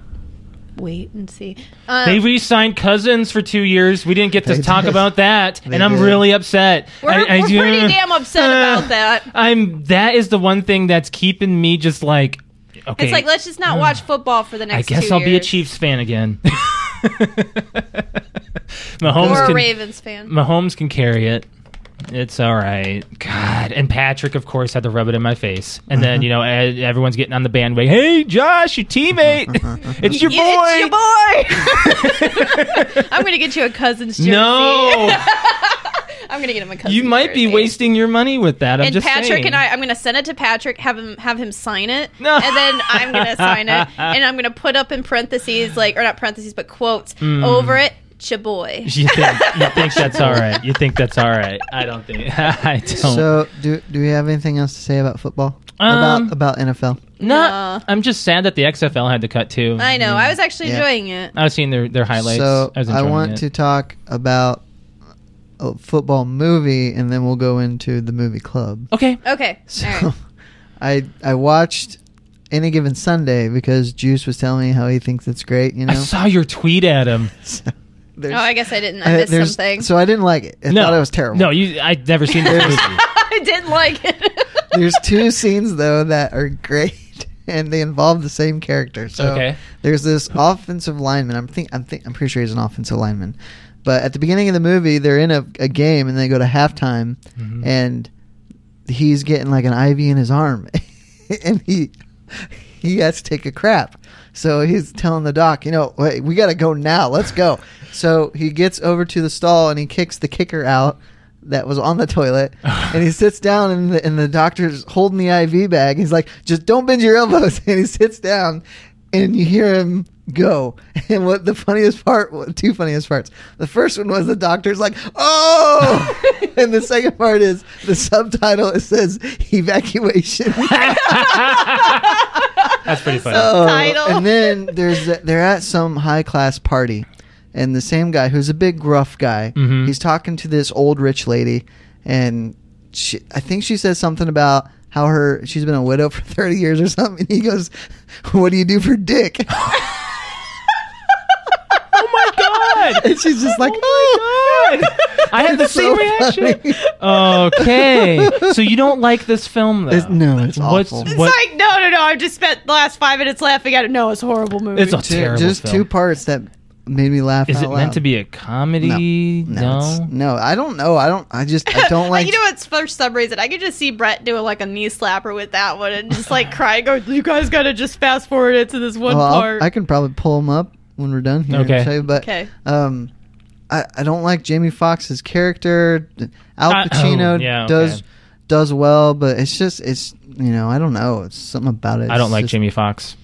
wait and see. Um, They re-signed Cousins for two years. We didn't get to They talk did. about that, They and I'm did. really upset. We're- we're pretty [LAUGHS] damn upset about that. I'm. That is the one thing that's keeping me just like. Okay, It's like let's just not watch football for the I next. guess two I'll be a years. Chiefs fan again. [LAUGHS] or Mahomes a can. Ravens fan. Mahomes can carry it. It's all right. God. And Patrick, of course, had to rub it in my face. And Uh-huh. then, you know, e- everyone's getting on the bandwagon. Hey, Josh, your [LAUGHS] teammate. it's your boy. It's your [LAUGHS] boy. I'm gonna get you a cousin's jersey. No. [LAUGHS] I'm gonna get him a cousin's. you might be jersey. wasting your money with that. I'm And just Patrick saying. and I, I'm gonna send it to Patrick. Have him have him sign it, [LAUGHS] No. and then I'm gonna [LAUGHS] sign it, and I'm gonna put up in parentheses, like or not parentheses, but quotes over it. Cha boy. [LAUGHS] Hmm. [LAUGHS] You think, you think that's all right? You think that's all [LAUGHS] right? [LAUGHS] I don't think. I don't. so do do we have anything else to say about football? Um, about about NFL? not. Nah. I'm just sad that the XFL had to cut too. I know. I was actually Yeah. enjoying it. I was seeing their their highlights. So I, was I, enjoying want it. to talk about a a football movie, and then we'll go into the movie club. [LAUGHS] Okay. Okay. So All right. I I watched any given Sunday because Juice was telling me how he thinks it's great. You know, I saw your tweet, Adam. [LAUGHS] So [LAUGHS] there's- Oh, I guess I didn't. I- I missed there's- something. So I didn't like it. I no, thought it was terrible. No, you. I'd never seen [LAUGHS] this movie. [LAUGHS] I did like it. there's [LAUGHS] two scenes though that are great, [LAUGHS] and they involve the same character. So Okay. there's this offensive lineman. I'm think I'm think I'm pretty sure he's an offensive lineman. But at the beginning of the movie, they're in a, a game and they go to halftime, Mm-hmm. and he's getting like an IV in his arm, [LAUGHS] and he he has to take a crap. So he's telling the doc, you know, wait, we got to go now. Let's go. so he gets over to the stall and he kicks the kicker out that was on the toilet, and he sits down and the, and the doctor's holding the IV bag. He's like, just don't bend your elbows, [LAUGHS] and he sits down, and you hear him go. [LAUGHS] And what the funniest part, well, two funniest parts. The first one was the doctor's like, oh, [LAUGHS] and the second part is the subtitle. It says evacuation. [LAUGHS] That's pretty funny. Oh, Title. and then there's the, they're at some high class party, and the same guy who's a big gruff guy, Mhm. he's talking to this old rich lady, and she, I think she says something about how her she's been a widow for [LAUGHS] thirty years or something. And he goes, "What do you do [LAUGHS] for dick?" oh my god! and [LAUGHS] she's just like, "Oh." [LAUGHS] I had the It's so same reaction. funny. [LAUGHS] Okay, so you don't like this film though? It's- no, it's awful. What's, It's what, like no, no, no. I've just spent the last five minutes laughing at it. No, it's a horrible movie. it's a Two- terrible just film. two parts that made me laugh. Is out it meant loud. to be a comedy? No, it's- no, I don't know. I don't. I just [LAUGHS] I don't like. you know, what's for some reason I could just see Brett doing like a knee slapper with that one and just [SIGHS] like crying. Go, you guys gotta just fast forward it to this one Well, I'll- part. I can probably pull them up when we're done here. Okay. so, but Okay. um, I, I don't like Jamie Foxx's character. Al Uh, oh, Pacino yeah, does okay. does well, but it's just it's you know I don't know. It's something about it. I don't It's like just- Jamie Fox.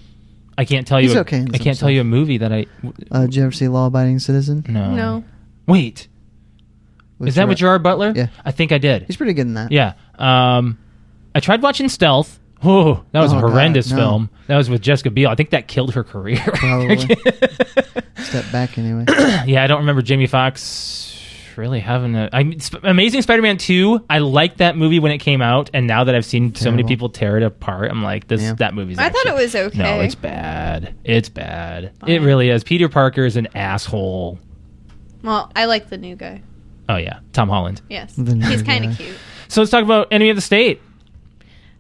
I can't tell you. He's a- okay in I some can't tell you a movie that I. Uh, did you ever see Law Abiding Citizen? No. no, Wait, With Mm. is that Gerard- with Gerard Butler? Yeah. I think I did. He's pretty good in that. Yeah. Um, I tried watching Stealth. Whoa, that was Oh, a God, horrendous no. film. That was with Jessica Biel. I think that killed her career. [LAUGHS] Probably. Step back [COUGHS] anyway. yeah, I don't remember Jamie Foxx really having a. I, mean, Sp- Amazing Spider-Man Two. I liked that movie when it came out, and now that I've seen so many Terrible. people tear it apart, I'm like, this Yeah. that movie's. I thought actually- it was okay. No, it's bad. It's bad. It really is. Peter Parker is an asshole. well, I like the new guy. Oh yeah, Tom Holland. Yes, The new he's kind guy. of cute. So let's talk about Enemy of the State.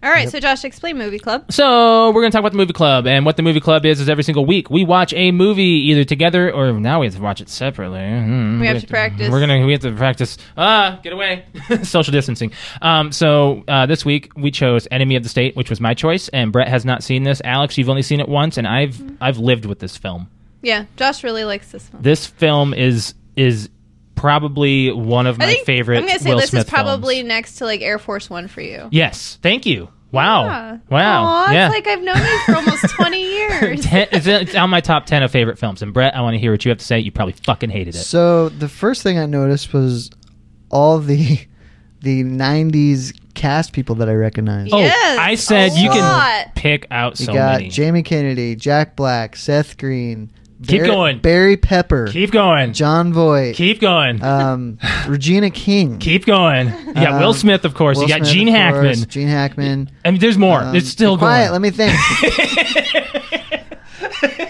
All right, so Josh, explain Movie Club. So we're gonna talk about the movie club, and what the movie club is is every single week we watch a movie either together or now we have to watch it separately. Hmm, have to practice. We're gonna we have to practice. Ah, get away! [LAUGHS] Social distancing. Um, so uh, this week we chose Enemy of the State, which was my choice, and Brett has not seen this. Alex, you've only seen it once, and I've Mm-hmm. I've lived with this film. Yeah, Josh really likes this one. This film is is probably one of my I think favorite. I'm gonna say Will this Smith is probably films. next to like Air Force One for you. yes. Thank you. Wow. Yeah. Wow. Aw, it's yeah. like I've known you [LAUGHS] for almost 20 [LAUGHS] years. Ten- it's, it's on my top 10 of favorite films. And Brett, I want to hear what you have to say. You probably fucking hated it. So the first thing I noticed was all the [LAUGHS] the '90s cast people that I recognized. oh, Yes, I said a you can lot. pick out You so got many. Jamie Kennedy, Jack Black, Seth Green. Keep going. Barry Pepper. Keep going. John Voight. Keep going. [SIGHS] um, Regina King. Keep going. You got Will um, Smith, of course. Will you got Smith, Gene of Hackman. course, Gene Hackman. I mean, there's more. Um, it's still be quiet. going. Let me [LAUGHS] think.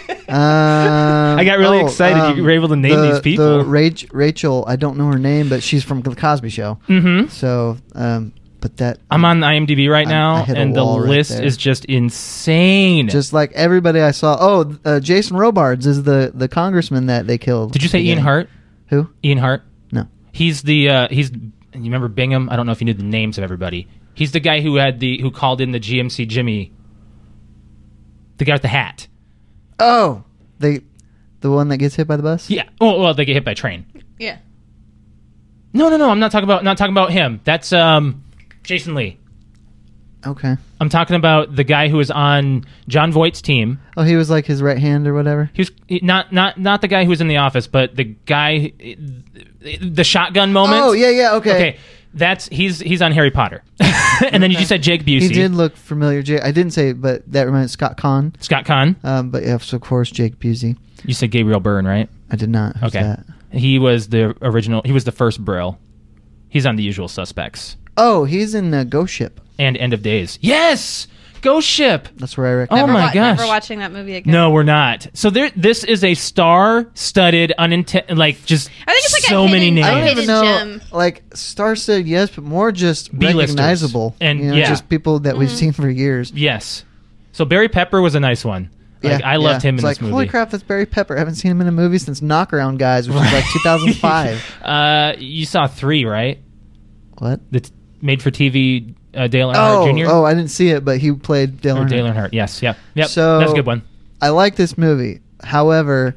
Um, I got really excited. You were able to name the- these people. The Rach- Rachel, I don't know her name, but she's from The Cosby Show. mm-hmm. So, um, but that I'm on IMDb right I- now, I hit a and the wall right list there. is just insane. just like everybody I saw. Oh, uh, Jason Robards is the the congressman that they killed. Did you say Again. Ian Hart? Who? Ian Hart? No. He's the uh, he's you remember Bingham? I don't know if you knew the names of everybody. He's the guy who had the who called in the GMC Jimmy. The guy with the hat. Oh, the the one that gets hit by the bus. Yeah. Oh well, they get hit by a train. yeah. No, no, no. I'm not talking about not talking about him. That's um, Jason Lee. Okay. I'm talking about the guy who was on John Voight's team. Oh, he was like his right hand or whatever. He was he- not not not the guy who was in the office, but the guy, the shotgun moment. Oh yeah, yeah. Okay. Okay, that's he's he's on Harry Potter. [LAUGHS] and then you just said Jake Busey, He did look familiar. Ja- I didn't say, it, but that reminds Scott Kahn. Scott Kahn. Um, but yes, of course, Jake Busey. You said Gabriel Byrne, right? I did not. Who's Okay. That? He was the original. He was the first Brill. He's on The Usual Suspects Oh, he's in uh, Ghost Ship. and End of Days. Yes, Ghost Ship. That's where I recommend. Oh my Wa- never gosh. watching that movie again. No, we're not. So there, this is a star-studded, uninten- like just I think it's like a so many hidden- names. a I don't even Hidden know. gem. Like Star said, yes, but more just B-listers. recognizable And- you know, yeah. just people that we've seen for years. Yes. So Barry Pepper was a nice one. Like, yeah, I loved yeah. him It's in like, this movie. Holy crap, that's Barry Pepper. I haven't seen him in a movie since Knockaround Guys, which [LAUGHS] was like 2005. Uh, you saw three, right? What? The t- made-for-TV uh, Dale Oh, Earnhardt Jr. oh, I didn't see it, but he played Dale or Earnhardt. Dale Earnhardt. Yes. Yep. Yep. So- that's a good one. I like this movie. However,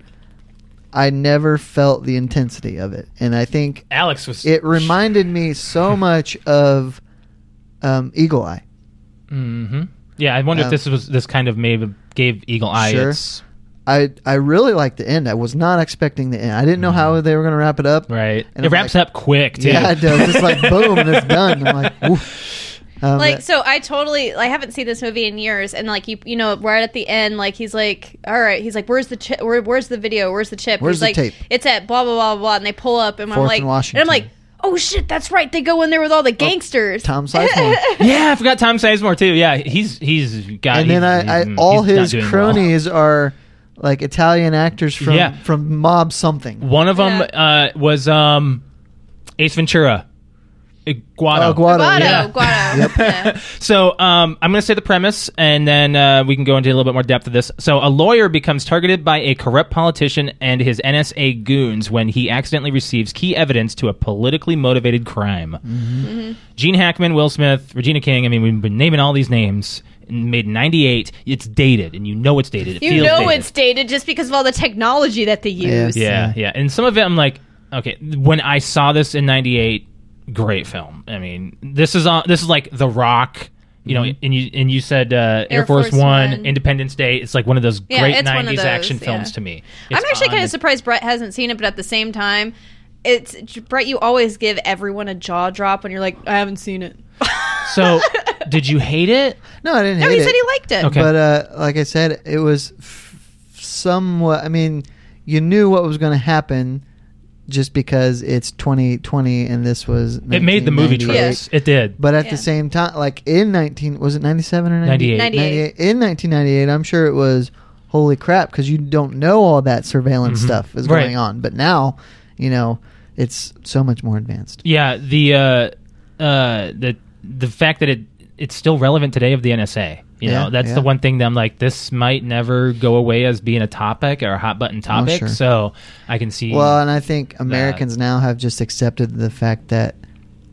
I never felt the intensity of it, and I think Alex was. it reminded [LAUGHS] me so much of um, Eagle Eye. hmm Yeah, I wonder Um, if this was this kind of made, gave Eagle Eye Sure. its I I really liked the end. I was not expecting the end. I didn't know how they were going to wrap it up. Mm-hmm. right. And it I'm wraps like- up quick too. [LAUGHS] Yeah, it does. [LAUGHS] It's like boom, and it's done. I'm like, oof. Um, Like so, I totally I haven't seen this movie in years, and like you you know right at the end, like he's like, all right, he's like, where's the chi- where, where's the video, where's the chip, he's Where's the like, tape? It's at blah blah blah blah, and they pull up, and I'm Fourth like, and and I'm like, Washington. Oh, oh shit, that's right, they go in there with all the gangsters. [LAUGHS] Tom Sizemore. yeah, I forgot Tom Sizemore too. Yeah, he's he's got. and then he's- I, I he's- all he's not his doing well. cronies are like Italian actors from Yeah. from Mob something. One of them uh, was um, Ace Ventura. Iguana. Oh, Guado. Guado, Yeah. Guado. [LAUGHS] Yeah. [LAUGHS] So um, I'm going to say the premise, and then uh, we can go into a little bit more depth of this. So a lawyer becomes targeted by a corrupt politician and his NSA goons when he accidentally receives key evidence to a politically motivated crime. Mm-hmm. Gene Hackman, Will Smith, Regina King. I mean, we've been naming all these names. Made in '98. It's dated, and you know it's dated. It You feels know dated. it's dated just because of all the technology that they Yeah. use. Yeah, yeah. And some of it, I'm like, okay. When I saw this in '98, great film. I mean, this is on. This is like The Rock. You know, and you and you said uh, Air, Air Force, Force One, One. Independence Day. It's like one of those Yeah, great it's one '90s of those, action yeah. films to me. I'm actually kind of surprised. surprised Brett hasn't seen it, but at the same time, it's Brett. You always give everyone a jaw drop when you're like, I haven't seen it. [LAUGHS] So, did you hate it? No, I didn't. No, hate he it. said he liked it. Okay. But uh, like I said, it was f- somewhat. I mean, you knew what was going to happen just because it's 2020 and this was. It made the movie 1998. trailers. It did. But at Yeah. the same time, like in 19, was it 97 or 98? 98. 98. In 1998, I'm sure it was holy crap because you don't know all that surveillance stuff is Mm-hmm. Right. going on. But now, you know, it's so much more advanced. Yeah, the uh, uh, the the fact that it it's still relevant today of the NSA. You Yeah, know, that's yeah. the one thing that I'm like, this might never go away as being a topic or a hot button topic. Oh, sure. So I can see. Well, and I think Americans now have just accepted the fact that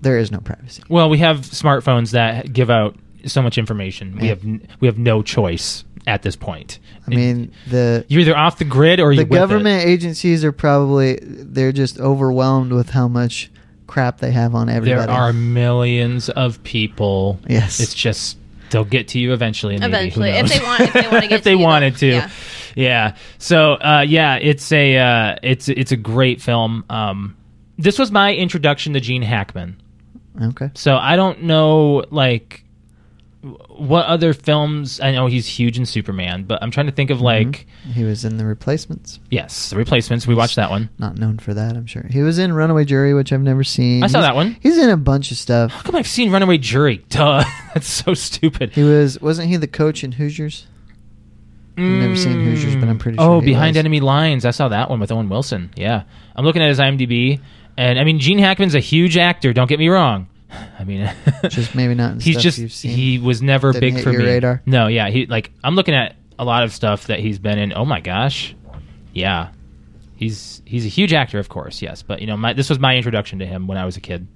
there is no privacy. Well, we have smartphones that give out so much information. We Yeah. have n- we have no choice at this point. I mean, the you're either off the grid or you're the with it. government agencies are probably they're just overwhelmed with how much crap they have on everybody. There are millions of people. Yes. it's just they'll get to you eventually. Maybe, who Eventually, if knows? they want, if they [LAUGHS] want to get if they to you, though. wanted to. Yeah. Yeah. So uh, yeah, it's a uh, it's it's a great film. Um, this was my introduction to Gene Hackman. okay. So I don't know like w- what other films. I know he's huge in Superman, but I'm trying to think of Mm-hmm. like He was in the replacements. yes, The Replacements. We watched that one. Not known for that, I'm sure. He was in Runaway Jury, which I've never seen. I saw He's- that one. He's in a bunch of stuff. How come I've seen Runaway Jury? [LAUGHS] Duh, that's so stupid. He was wasn't he the coach in Hoosiers? never seen Hoosiers, but I'm pretty sure Oh, he Behind was. Enemy Lines. I saw that one with Owen Wilson. Yeah. I'm looking at his IMDb. And I mean, Gene Hackman's a huge actor. Don't get me wrong. [SIGHS] I mean, [LAUGHS] Just maybe not in he's stuff just, you've seen. he was never Didn't big hit for your me. radar? No, yeah. He, like, I'm looking at a lot of stuff that he's been in. Oh my gosh. Yeah. He's, he's a huge actor, of course. Yes. But, you know, my, this was my introduction to him when I was a kid.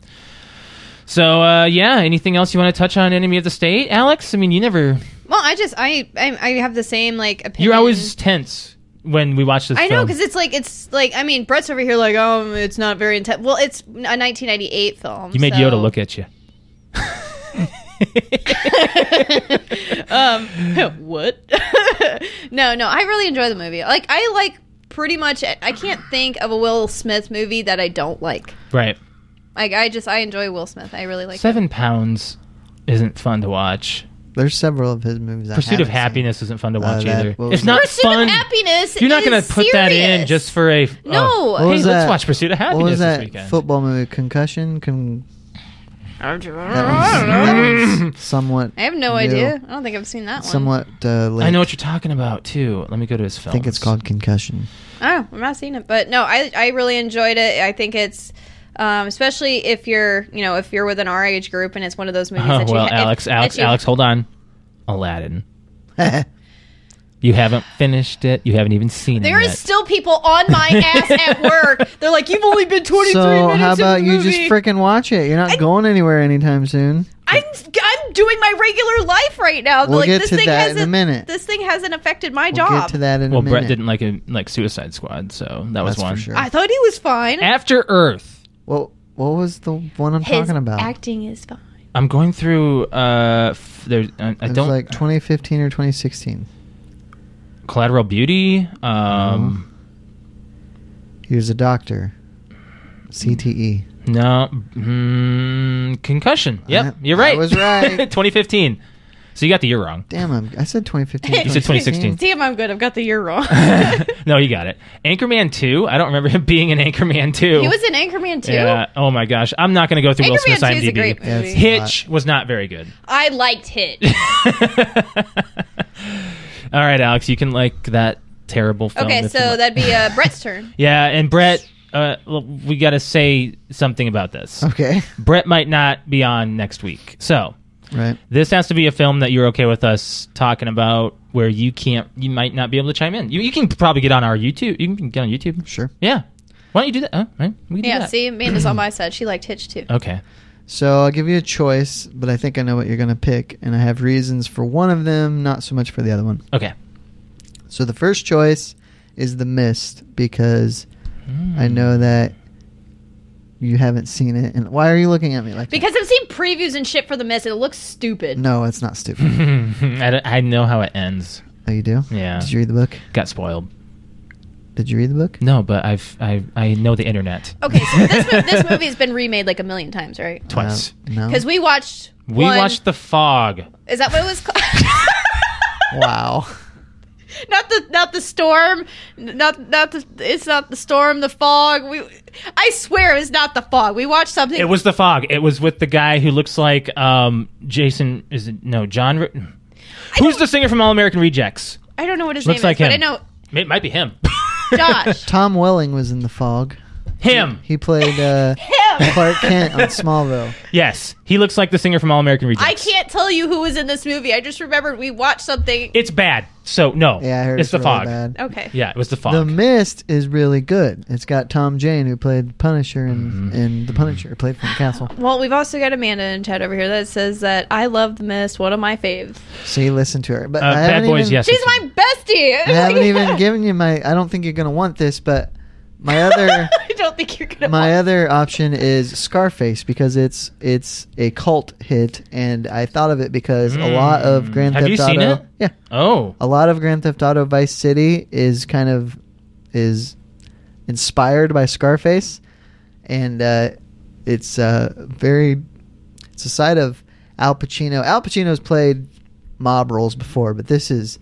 So, uh, yeah. Anything else you want to touch on Enemy of the State, Alex? I mean, you never, Well, I just I, I I have the same like opinion. you're always tense when we watch this I know film. because it's like it's like I mean Brett's over here like oh it's not very intense. Well, it's a 1998 film. You made so- Yoda look [LAUGHS] at you. [LAUGHS] Um, what? [LAUGHS] no, no, I really enjoy the movie. Like I like pretty much. I can't think of a Will Smith movie that I don't like. Right. Like I just I enjoy Will Smith. I really like. him. Seven pounds isn't fun to watch. There's several of his movies. I Pursuit of haven't seen. Happiness isn't fun to Uh, watch that- either. what was It's it? not Pursuit fun. of happiness. You're not going to put that in just for a f- No. oh, What hey, was let's that- watch Pursuit of Happiness What was this that weekend. football movie? Concussion. Con- somewhat. I have no new. idea. I don't think I've seen that one. Somewhat. Uh, late. I know what you're talking about too. Let me go to his film. I think it's called Concussion. [LAUGHS] Oh, I'm not seeing it, but no, I I really enjoyed it. I think it's. Um, especially if you're, you know, if you're within our age group and it's one of those [LAUGHS] movies Oh that you well, ha- if- Alex, that Alex, you- Alex, hold on. Aladdin. I You haven't finished it. You haven't even seen There it. is yet. still people on [LAUGHS] my ass at work. They're like, you've only been 23 so minutes how into about the you just movie." freaking watch it? You're not going anywhere anytime soon. I'm I'm doing my regular life right now. We'll like get this to thing that in a hasn't, minute. This thing hasn't affected my We'll job. get to that in well, a minute. Brett didn't like a like Suicide Squad, so that was That's for one. sure. I thought he was fine. After Earth. Well, what was the one I'm talking about? acting is fine. I'm going through. Uh, f- there's. I, I it was don't like 2015 or 2016. Collateral Beauty. Um, He was a doctor. E. CTE. no. mm, concussion. Yep, I- you're right. I was [LAUGHS] right. 2015. So you got the year wrong. Damn, I'm, I said 2015. You said 2016. Damn, I'm good. I've got the year wrong. [LAUGHS] no, you got it. Anchorman 2. I don't remember him [LAUGHS] being in Anchorman 2. he was in Anchorman too. Yeah. Oh my gosh. I'm not going to go through Will Anchorman Smith's 2 is a IMDb. great Yeah, movie. it's- Hitch was not very good. I [LAUGHS] liked Hit. All right, Alex, you can like that terrible film. Okay, if you so want. that'd be uh, [LAUGHS] Brett's turn. Yeah, and Brett, uh, l- we got to say something about this. [LAUGHS] Okay. Brett might not be on next week. So, Right. this has to be a film that you're okay with us talking about where you can't, you might not be able to chime in. You, you can probably get on our YouTube. You can get on YouTube. Sure. Yeah. Why don't you do that? Huh? Right? We can do Yeah, that. see, [CLEARS THROAT] Amanda's on my side. She liked Hitch too. Okay. So I'll give you a choice, but I think I know what you're going to pick, and I have reasons for one of them, not so much for the other one. Okay. So the first choice is The Mist because I Hmm. know that you haven't seen it. And why are you looking at me like Because I've seen previews and shit for The Mist. It looks stupid. that? No, it's not stupid. [LAUGHS] I, don't- I know how it ends. oh, you do? Yeah. Did you read the book? Got spoiled. Did you read the book? No, but I've I I know the internet Okay, so this, [LAUGHS] mo- this movie's been remade like a million times, right? twice. Uh, no. Because we watched. we one- watched The Fog. Is that what it [LAUGHS] was called? wow. [LAUGHS] not the not the storm. n- Not not the. It's not the storm. The fog. We. I swear it was not the fog. We watched something. It was The Fog. It was with the guy who looks like um Jason is it no John Ri- Who's the singer from All American Rejects? I don't know what his Looks name like is, him. but I know It might be [LAUGHS] him. [LAUGHS] Josh. Tom Welling was in The Fog. him. He played uh, Clark Kent on Smallville. Yes. He looks like the singer from All American Rejects. I can't tell you who was in this movie. I just remembered we watched something. It's bad. So no. Yeah, I heard it's it's The really Fog. bad. okay. Yeah, it was The Fog. Uh, The Mist is really good. It's got Tom Jane who played Punisher and Mm-hmm. and the Punisher played from Castle. Well, we've also got Amanda in chat over here that says that I love The Mist, one of my faves. So you listen to her. But uh, I Bad haven't Boys. even, yes. She's it's- my bestie. [LAUGHS] I [LAUGHS] haven't even given you my. I don't think you're gonna want this, but my [LAUGHS] other I don't think you're gonna. my watch- other option is Scarface because it's it's a cult hit, and I thought of it because a lot of Grand Mm. Have Theft you Auto. seen it? Yeah, Oh. a lot of Grand Theft Auto Vice City is kind of is inspired by Scarface, and uh, it's uh, very it's a side of Al Pacino. Al Pacino's played mob roles before, but this is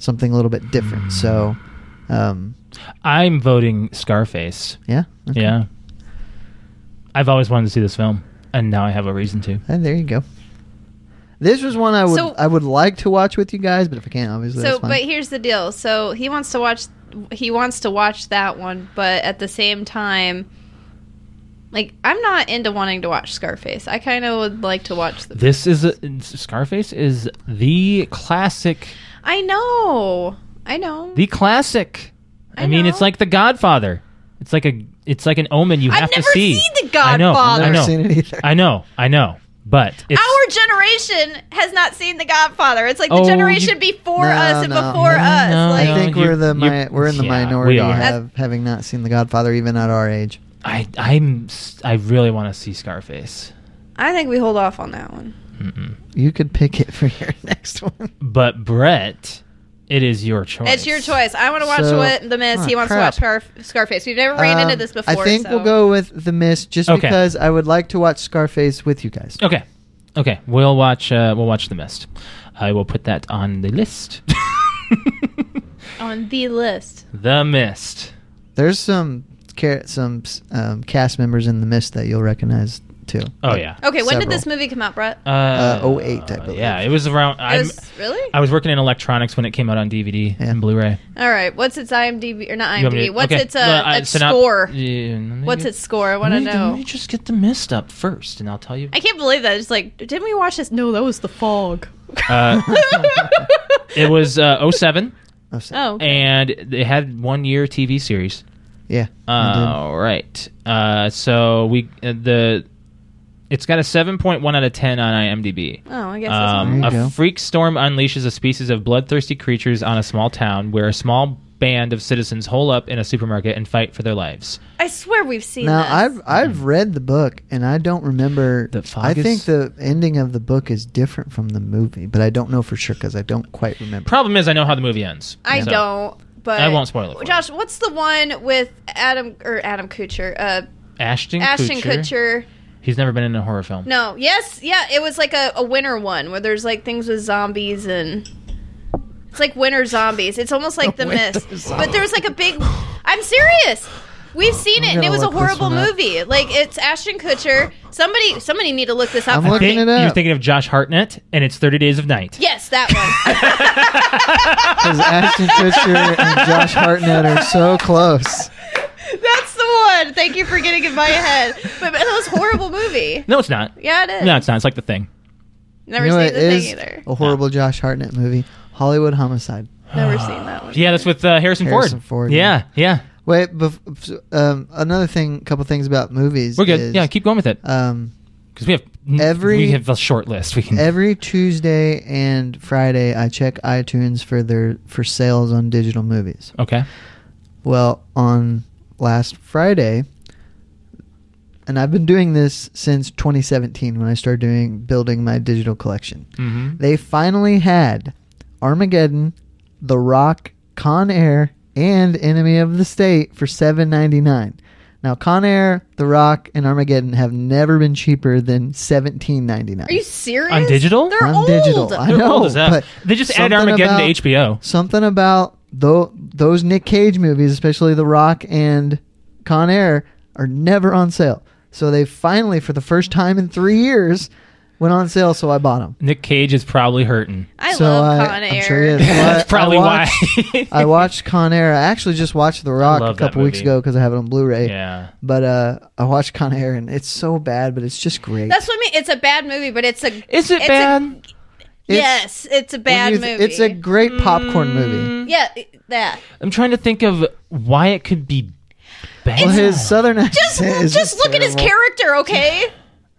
something a little bit different. So, um, I'm voting Scarface. yeah, okay. Yeah. I've always wanted to see this film, and now I have a reason to. And there you go. This was one I would So- I would like to watch with you guys, but if I can't, obviously So, that's fine. but here's the deal. So he wants to watch. He wants to watch that one, but at the same time, like I'm not into wanting to watch Scarface. I kind of would like to watch the. This is a, Scarface is the classic, I know. I know. the classic. I, I mean, it's know. like The Godfather. It's like a, it's like an omen you I've have to never see. seen The I know, Godfather. I I've know, never seen it either. I know, I know. But it's, Our generation has not seen The Godfather. It's like the Oh, you- generation before No, us and no. before No, us. no, like no. I think you- we're you- the mi- we're in the yeah, minority we are. have, having not seen The Godfather even at our age. I, I'm, s- I really want to see Scarface. I think we hold off on that one. You could pick it for [LAUGHS] your next one. But Brett, it is your choice. It's your choice. I want to watch So- what The Mist. Ah, he wants crap. to watch Scar- Scarface. We've never ran into Um, this before. I think so. we'll go with The Mist just Okay. because I would like to watch Scarface with you guys. Okay, okay. We'll watch, uh, we'll watch The Mist. I will put that on the list. [LAUGHS] on the list. [LAUGHS] the Mist. There's some ca- some um, cast members in The Mist that you'll recognize too. Oh yeah. Okay, when did Several. this movie come out, Brett? Uh, Uh, 08, I believe. Yeah, it was around. It I'm, was, really? I was working in electronics when it came out on DVD Yeah. and Blu-ray. All right. What's its IMDb or not You want me IMDb? to- what's okay. its uh, Well, I- its synop- score? Yeah, let me What's get- its score? I want to let me- Let know. me just get the mist up first, and I'll tell you. I can't believe that. It's like, didn't we watch this? No, that was the fog. [LAUGHS] Uh, it was uh, 07, Oh, so- Oh, [LAUGHS] okay. and it had one year TV series. yeah. Oh. I All right. Uh, so we uh, the it's got a 7.1 out of 10 on IMDb. oh, I guess that's Um, There you a go. freak storm unleashes a species of bloodthirsty creatures on a small town where a small band of citizens hole up in a supermarket and fight for their lives. I swear we've did. seen Now this. I've I've read the book and I don't remember. Mm. The fog I is- think the ending of the book is different from the movie, but I don't know for sure because I don't quite remember. Problem is, I know how the movie ends. I So- don't, but I won't spoil it for Josh, what's the one with Adam or Adam Kutcher? Uh, Ashton, Ashton Kutcher. Kutcher. He's never been in a horror film. No, yes, yeah, it was like a, a winter one where there's like things with zombies and it's like winter zombies. It's almost [LAUGHS] like The Mist, but there's like a big. [GASPS] I'm serious. We've seen I'm it, and it gonna was a look this horrible one up. movie. Like it's Ashton Kutcher. Somebody, somebody need to look this up. I'm for looking me. it up. You're thinking of Josh Hartnett, and it's 30 Days of Night. Yes, [LAUGHS] that one. 'Cause Ashton Kutcher and Josh Hartnett are so close. That's the one. Thank you for getting in my head. But that was a horrible movie. No, it's not. Yeah, it is. No, it's not. It's like the thing. Never you know seen what the thing is either. a horrible Josh Hartnett movie? Hollywood Homicide. [SIGHS] Never seen that one. Yeah, that's with uh, Harrison, Harrison Ford, Yeah, yeah. Wait, bef- um, another thing, couple things about movies. We're good. is, yeah, keep going with it Um, because we have every- we have a short list. We can. every Tuesday and Friday, I check iTunes for their for sales on digital movies. okay. Well, on last Friday, and I've been doing this since 2017 when I started doing building my digital collection. Mm-hmm. They finally had Armageddon, The Rock, Con Air, and Enemy of the State for seven ninety nine. Now, Con Air, The Rock, and Armageddon have never been cheaper than seventeen ninety nine. Are you serious? On digital? They're On old. digital. I They're know, old as that. but they just added something Armageddon about- to HBO. Something about tho- those Nick Cage movies, especially The Rock and Con Air, are never on sale. So they finally, for the first time in three years, went on sale. So I bought them. Nick Cage is probably hurting. I so love I, Con I'm Air. sure he is. So I- That's probably I why. [LAUGHS] [LAUGHS] watched- [LAUGHS] I watched Con Air. I actually just watched The Rock a love that couple weeks movie. ago because I have it on Blu-ray. yeah. But uh, I watched Con Air, and it's so bad, but it's just great. That's what I mean. It's a bad movie, but it's a Is it It's a- bad? It's- yes. It's a when bad you th- movie. Mm. It's a great popcorn movie. yeah it- that. I'm trying to think of why it could be bad. Well, his southern Just accent is just look at his terrible. character, okay?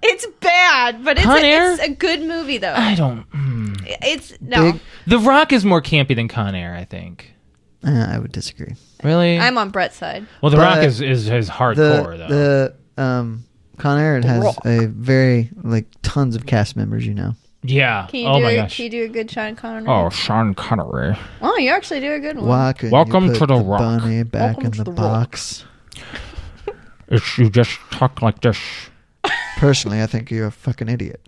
It's bad, but it's Con a, Air? it's a good movie though. [SIGHS] I don't. hmm. It's no. Big- The Rock is more campy than Con Air, I think. Uh, I would disagree. Really? I'm on Brett's side. well, The but Rock is is, is hardcore though. the, the um, Con Air has a very like tons of cast members. You know, yeah. Can you oh do my a, gosh. Can you do a good Sean Connery? Oh, Sean Connery. Oh, you actually do a good one. why couldn't Welcome you put to the the Rock. bunny back Welcome in to the, the Rock. box? It's, you just talk like this. Personally, I think you're a fucking idiot.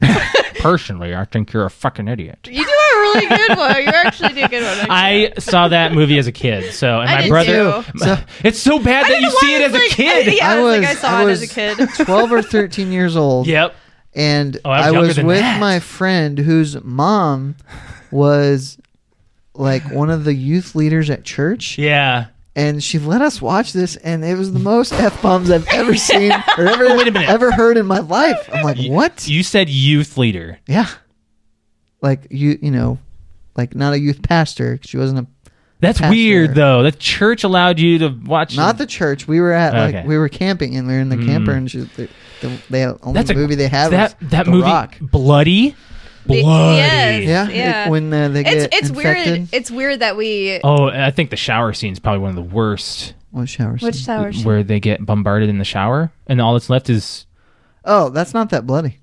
Personally, I think you're a fucking idiot. You do a really good one. You actually do [LAUGHS] a good one. I actually. saw that movie as a kid, so and I my did brother. too. [LAUGHS] So- [LAUGHS] it's so bad that [LAUGHS] you don't know see why it as it's a like- kid. yeah, I, was, like, I saw I it was as a kid. [LAUGHS] Twelve or thirteen [LAUGHS] years old. Yep. and Oh, I was I younger was than with that. my friend whose [LAUGHS] mom was like one of the youth leaders at church, Yeah. and she let us watch this, and it was the most f bombs I've [LAUGHS] ever seen or ever Wait a minute. ever heard in my life. I'm like, what? You said youth leader. yeah, like you, you know, like not a youth pastor. 'cause She wasn't a That's Pastor. weird though. The church allowed you to watch. not the church. We were at like Okay. Hmm. we were camping, and we were in the camper, and she, the, the, they only That's a- movie they had that was that The movie [LAUGHS] Rock. bloody, bloody. yes. Yeah, it- Yeah. when uh, they It's get it's infected. weird. It's weird that we. Oh, I think the shower scene's probably one of the worst, What shower? scene? Which tower? should- where they get bombarded in the shower and all that's left is. Oh, that's not that bloody.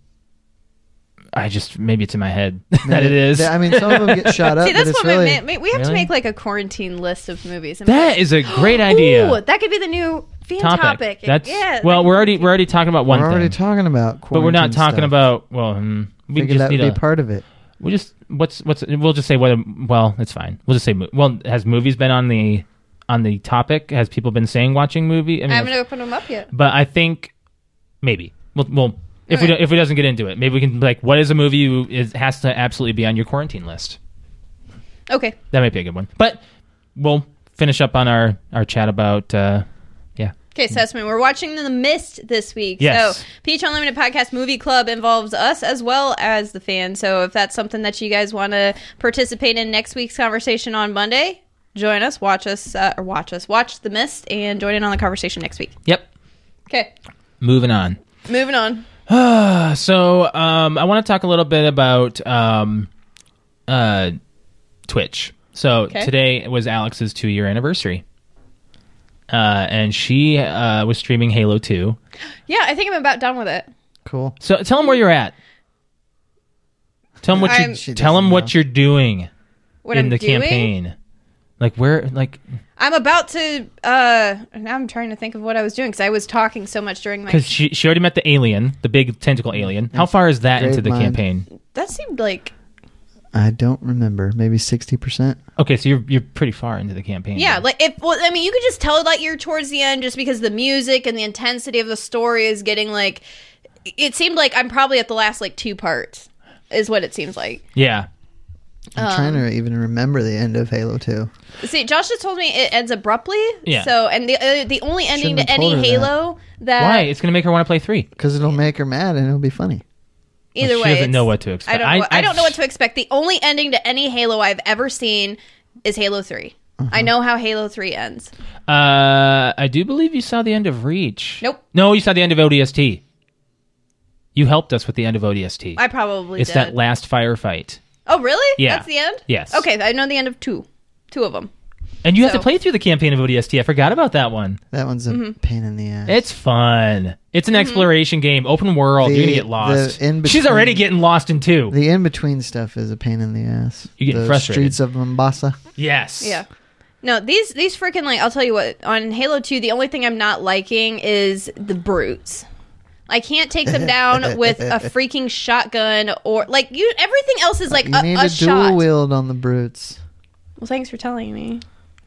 I just maybe it's in my head [LAUGHS] that it is. I mean, [LAUGHS] some of them [LAUGHS] get shot up, See, but that's it's what my really. ma- ma- we have to Really? make like a quarantine list of movies. and- that is a great idea. Ooh, that could be the new fan topic. topic. That's yeah. well, we're already we're already talking about we're one already thing, talking about, but we're not quarantine talking stuff. about. Well, hmm, we Figured just that need would a, be part of it. We just what's what's we'll just say what well it's fine. We'll just say mo- well has movies been on the on the topic? Has people been saying watching movie? I mean, I haven't opened them up yet. but I think maybe we'll, we'll if we Okay. don't, if we doesn't get into it, maybe we can be like what is a movie you is has to absolutely be on your quarantine list. Okay. That might be a good one. But we'll finish up on our our chat about uh, yeah Okay, Sesame, we're watching The Mist this week. Hmm. Yes. So, Peach Unlimited Podcast Movie Club involves us as well as the fans. So, if that's something that you guys want to participate in next week's conversation on Monday, join us, watch us, uh, or watch us, watch The Mist, and join in on the conversation next week. yep. Okay, Moving on. moving on. So um, I want to talk a little bit about um, uh, Twitch. So Okay. today was Alex's two year anniversary. Uh, and she uh, was streaming Halo 2. Yeah, I think I'm about done with it. Cool. So tell them where you're at. Tell them what I'm- you She tell them doesn't what know. you're doing What in I'm the doing? campaign. Like where like I'm about to. uh Now I'm trying to think of what I was doing because I was talking so much during my. cuz she she already met the alien, the big tentacle alien. How far is that into the Gravemind. campaign? That seemed like. I don't remember. Maybe sixty percent. Okay, so you're you're pretty far into the campaign. Yeah, like if well, I mean, you could just tell that you're towards the end just because the music and the intensity of the story is getting like. It seemed like I'm probably at the last like two parts, is what it seems like. Yeah. I'm Um, trying to even remember the end of Halo Two. See, Josh just told me it ends abruptly. Yeah. So, and the uh, the only ending Shouldn't to have any told her that. Halo that, Why? It's going to make her want to play 3. Because it'll make her mad and it'll be funny. either she way, doesn't it's- know what to expect. I don't. Know, I, I've- don't know what to expect. The only ending to any Halo I've ever seen is Halo 3 Uh-huh. I know how Halo Three ends. Uh, I do believe you saw the end of Reach. Nope. No, you saw the end of ODST. You helped us with the end of ODST. I probably it's did. that last firefight, oh, really? Yeah. That's the end. Yes. Okay, I know the end of two, two of them. and you have to So- play through the campaign of ODST. I forgot about that one. That one's a Mm-hmm. pain in the ass. It's fun. It's an exploration game, open world. You're The- gonna get lost. the in She's already between- getting lost in two. the in between stuff is a pain in the ass. You get the frustrated. Streets of Mombasa. yes. Yeah. No, these these freaking like I'll tell you what on Halo Two the only thing I'm not liking is the brutes. I can't take them down [LAUGHS] with a freaking shotgun or like you. Everything else is like You a, need a a shot. dual wield on the brutes. Well, thanks for telling [LAUGHS] me.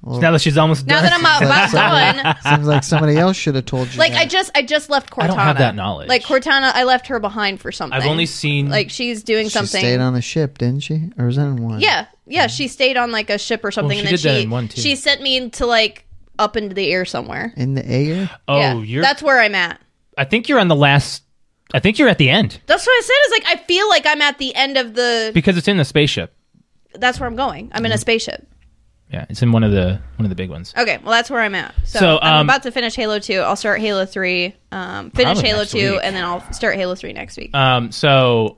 Now that she's almost Now done. that I'm out- about done, Seems [LAUGHS] like somebody else should have told you. like that. I just I just left Cortana. I don't have that knowledge. Like Cortana, I left her behind for something. I've only seen like she's doing she something. stayed on a ship, didn't she? Or was that in one? Yeah, yeah, she stayed on like a ship or something, she and then did that she in one, too. she sent me to like up into the air somewhere. In the air. oh, yeah, you're. that's where I'm at. I think you're on the last. I think you're at the end That's what I said. Is like I feel like I'm at the end of the. because it's in the spaceship. That's where I'm going. I'm Mm-hmm. in a spaceship. Yeah, it's in one of the one of the big ones. Okay, well that's where I'm at. So, So, um, I'm about to finish Halo Two. I'll start Halo Three. Um, finish Probably Halo next Two, week. and then I'll start Halo Three next week. Um, so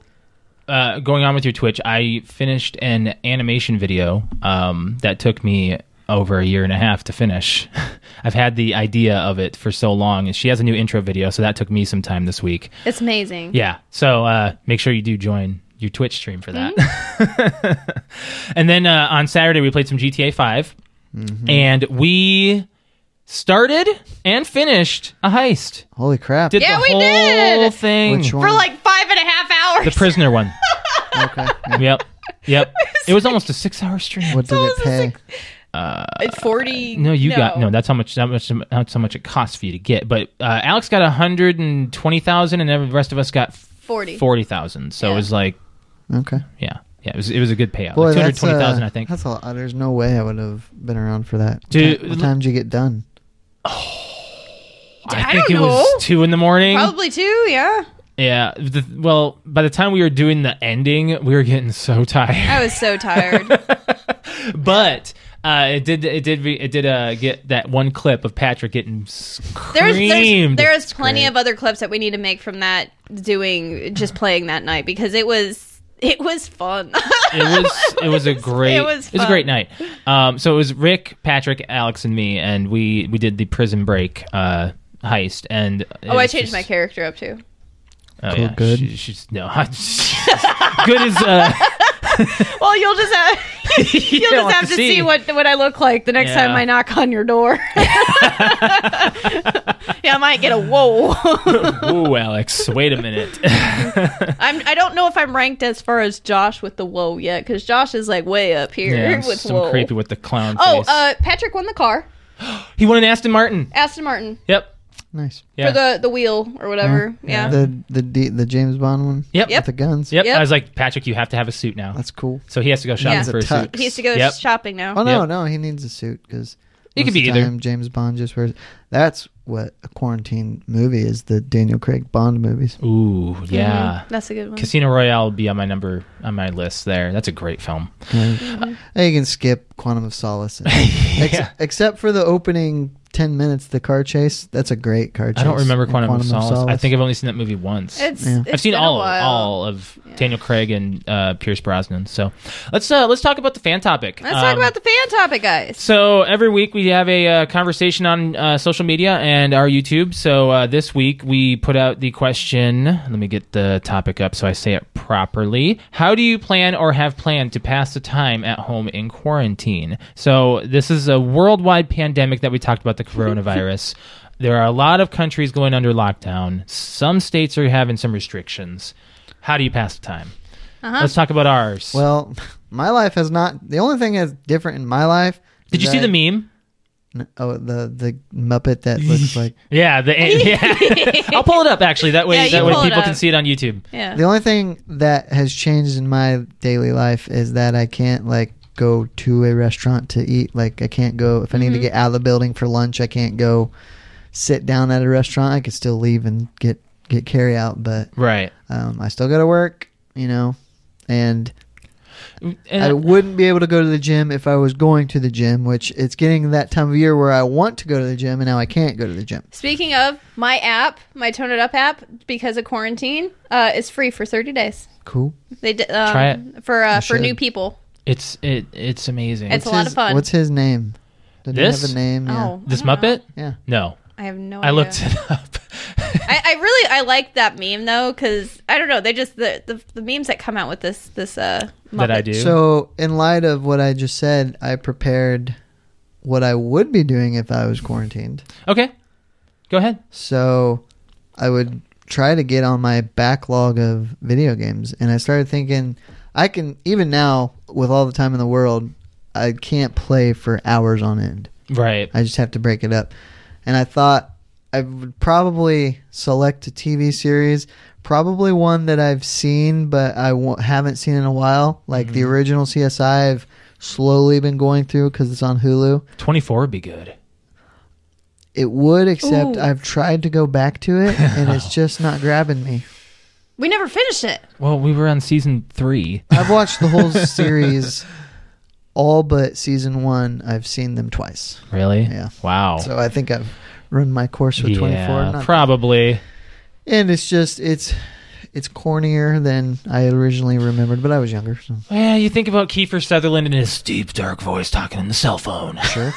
uh, going on with your Twitch, I finished an animation video um, that took me over a year and a half to finish. [LAUGHS] I've had the idea of it for so long, and she has a new intro video, so that took me some time this week. it's amazing. Yeah, so uh, make sure you do join your Twitch stream for that. Mm-hmm. [LAUGHS] and then uh, on Saturday we played some GTA 5 Mm-hmm. and we started and finished a heist. Holy crap. Did Yeah, the we whole did! thing Which one? For like five and a half hours. the prisoner one. [LAUGHS] okay. Yep. [LAUGHS] Yep. it was almost a six hour stream. What did was it the pay? six- It's forty. No, you got no. That's how much. How much? That's how much it costs for you to get. But uh, Alex got a hundred and twenty thousand, and then the rest of us got Forty. forty thousand. So it Yeah. was like, Okay. yeah, yeah. It was it was a good payout. Boy, Like two hundred that's, twenty thousand, uh, I think. That's a lot. There's no way I would have been around for that. What Dude, ti- what time did you get done? I I think don't it know. was two in the morning. Probably two. Yeah. Yeah. The, well, by the time we were doing the ending, we were getting so tired. I was so tired. [LAUGHS] but uh, it did it did re- it did uh, get that one clip of Patrick getting screamed. There's, there's there is plenty of other clips that we need to make from that doing just playing that night because it was it was fun. [LAUGHS] it was it was a great It was a fun. great night. Um, so it was Rick, Patrick, Alex, and me, and we we did the prison break uh, heist. And it oh, I was changed just- my character up too. Oh, Cool, yeah, good. She, she's no [LAUGHS] good is uh, [LAUGHS] [LAUGHS] Well, you'll just have don't You'll just want have to see. what what I look like the next Yeah. time I knock on your door. [LAUGHS] yeah, I might get [LAUGHS] a whoa. [LAUGHS] Ooh, Alex, wait a minute. [LAUGHS] I'm I don't know if I'm ranked as far as Josh with the whoa yet because Josh is like way up here yeah, with some whoa. creepy with the clown. oh, face. uh, Patrick won the car. he won an Aston Martin. Aston Martin Yep. Nice. Yeah. for the the wheel or whatever. Yeah. The the D, the James Bond one. Yep. With the guns. Yep. Yep. I was like, Patrick, you have to have a suit now. That's cool. So he has to go shopping Yeah. for a It's a suit. tux. He has to go Yep. shopping now. Oh no, Yep. no, he needs a suit because It could be either. time James Bond just wears. That's what a quarantine movie is. The Daniel Craig Bond movies. Ooh, yeah. Mhm. That's a good one. Casino Royale would be on my number on my list there. That's a great film. Hey, you can skip Quantum of Solace. [LAUGHS] And, ex- Mm-hmm. Yeah. except for the opening ten minutes, the car chase. That's a great car chase. I don't remember in Quantum, of, Solace. I think I've only seen that movie once. It's, Yeah. I've seen been a all while. all of Daniel Craig and uh, Pierce Brosnan. So let's uh, let's talk about the fan topic. Let's talk Um, about the fan topic, guys. So every week we have a uh, conversation on uh, social media and our YouTube. So uh, this week we put out the question. Let me get the topic up so I say it properly. How do you plan or have planned to pass the time at home in quarantine? So this is a worldwide pandemic that we talked about the coronavirus. there are a lot of countries going under lockdown. Some states are having some restrictions. How do you pass the time? Let's talk about ours. Well, [LAUGHS] my life has not. The only thing that's different in my life. Did you see the meme? meme? Oh, the the Muppet [LAUGHS] that looks like. Yeah, [LAUGHS] the yeah. [LAUGHS] I'll pull it up actually. That way, Yeah, you that way pull it people up. can see it on YouTube. Yeah. The only thing that has changed in my daily life is that I can't like go to a restaurant to eat. Like I can't go if I need to get out of the building for lunch. I can't go sit down at a restaurant. I could still leave and get get carry out, but Right. um, I still got to work. You know, and And I wouldn't be able to go to the gym if I was going to the gym, which it's getting that time of year where I want to go to the gym and now I can't go to the gym. Speaking of my app, my Tone It Up app, because of quarantine, uh, is free for thirty days. Cool. They d- um, Try it. for uh, You for new should. people. it's it it's amazing. It's- a lot of his, fun. What's his name? Did he have This? a name? Yeah. Oh, this I don't know. Muppet? Yeah. No, I have no. I idea. looked it up. Oh, [LAUGHS] I, I really I like that meme though because I don't know they just the, the the memes that come out with this this uh Muppet. that I do. So, in light of what I just said, I prepared what I would be doing if I was quarantined. okay, go ahead. So, I would try to get on my backlog of video games. And I started thinking, I can, even now, with all the time in the world, I can't play for hours on end. Right. I just have to break it up. And I thought I would probably select a TV series, probably one that I've seen but I w- haven't seen in a while, like the original CSI. I've slowly been going through because it's on Hulu. Twenty four would be good. It would, except Ooh. I've tried to go back to it and it's just not grabbing me. We never finished it. Well, we were on season three. I've watched the whole series, all but season one. I've seen them twice, Really? Yeah. Wow. so I think I've run my course with twenty four. yeah, probably. and it's just it's it's cornier than I originally remembered, but I was younger, so Yeah, you think about Kiefer Sutherland and his deep, dark voice talking in the cell phone. [LAUGHS] [LAUGHS] sure.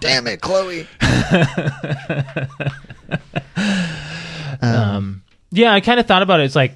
Damn it, Chloe. um, Um, yeah, I kind of thought about it. It's like,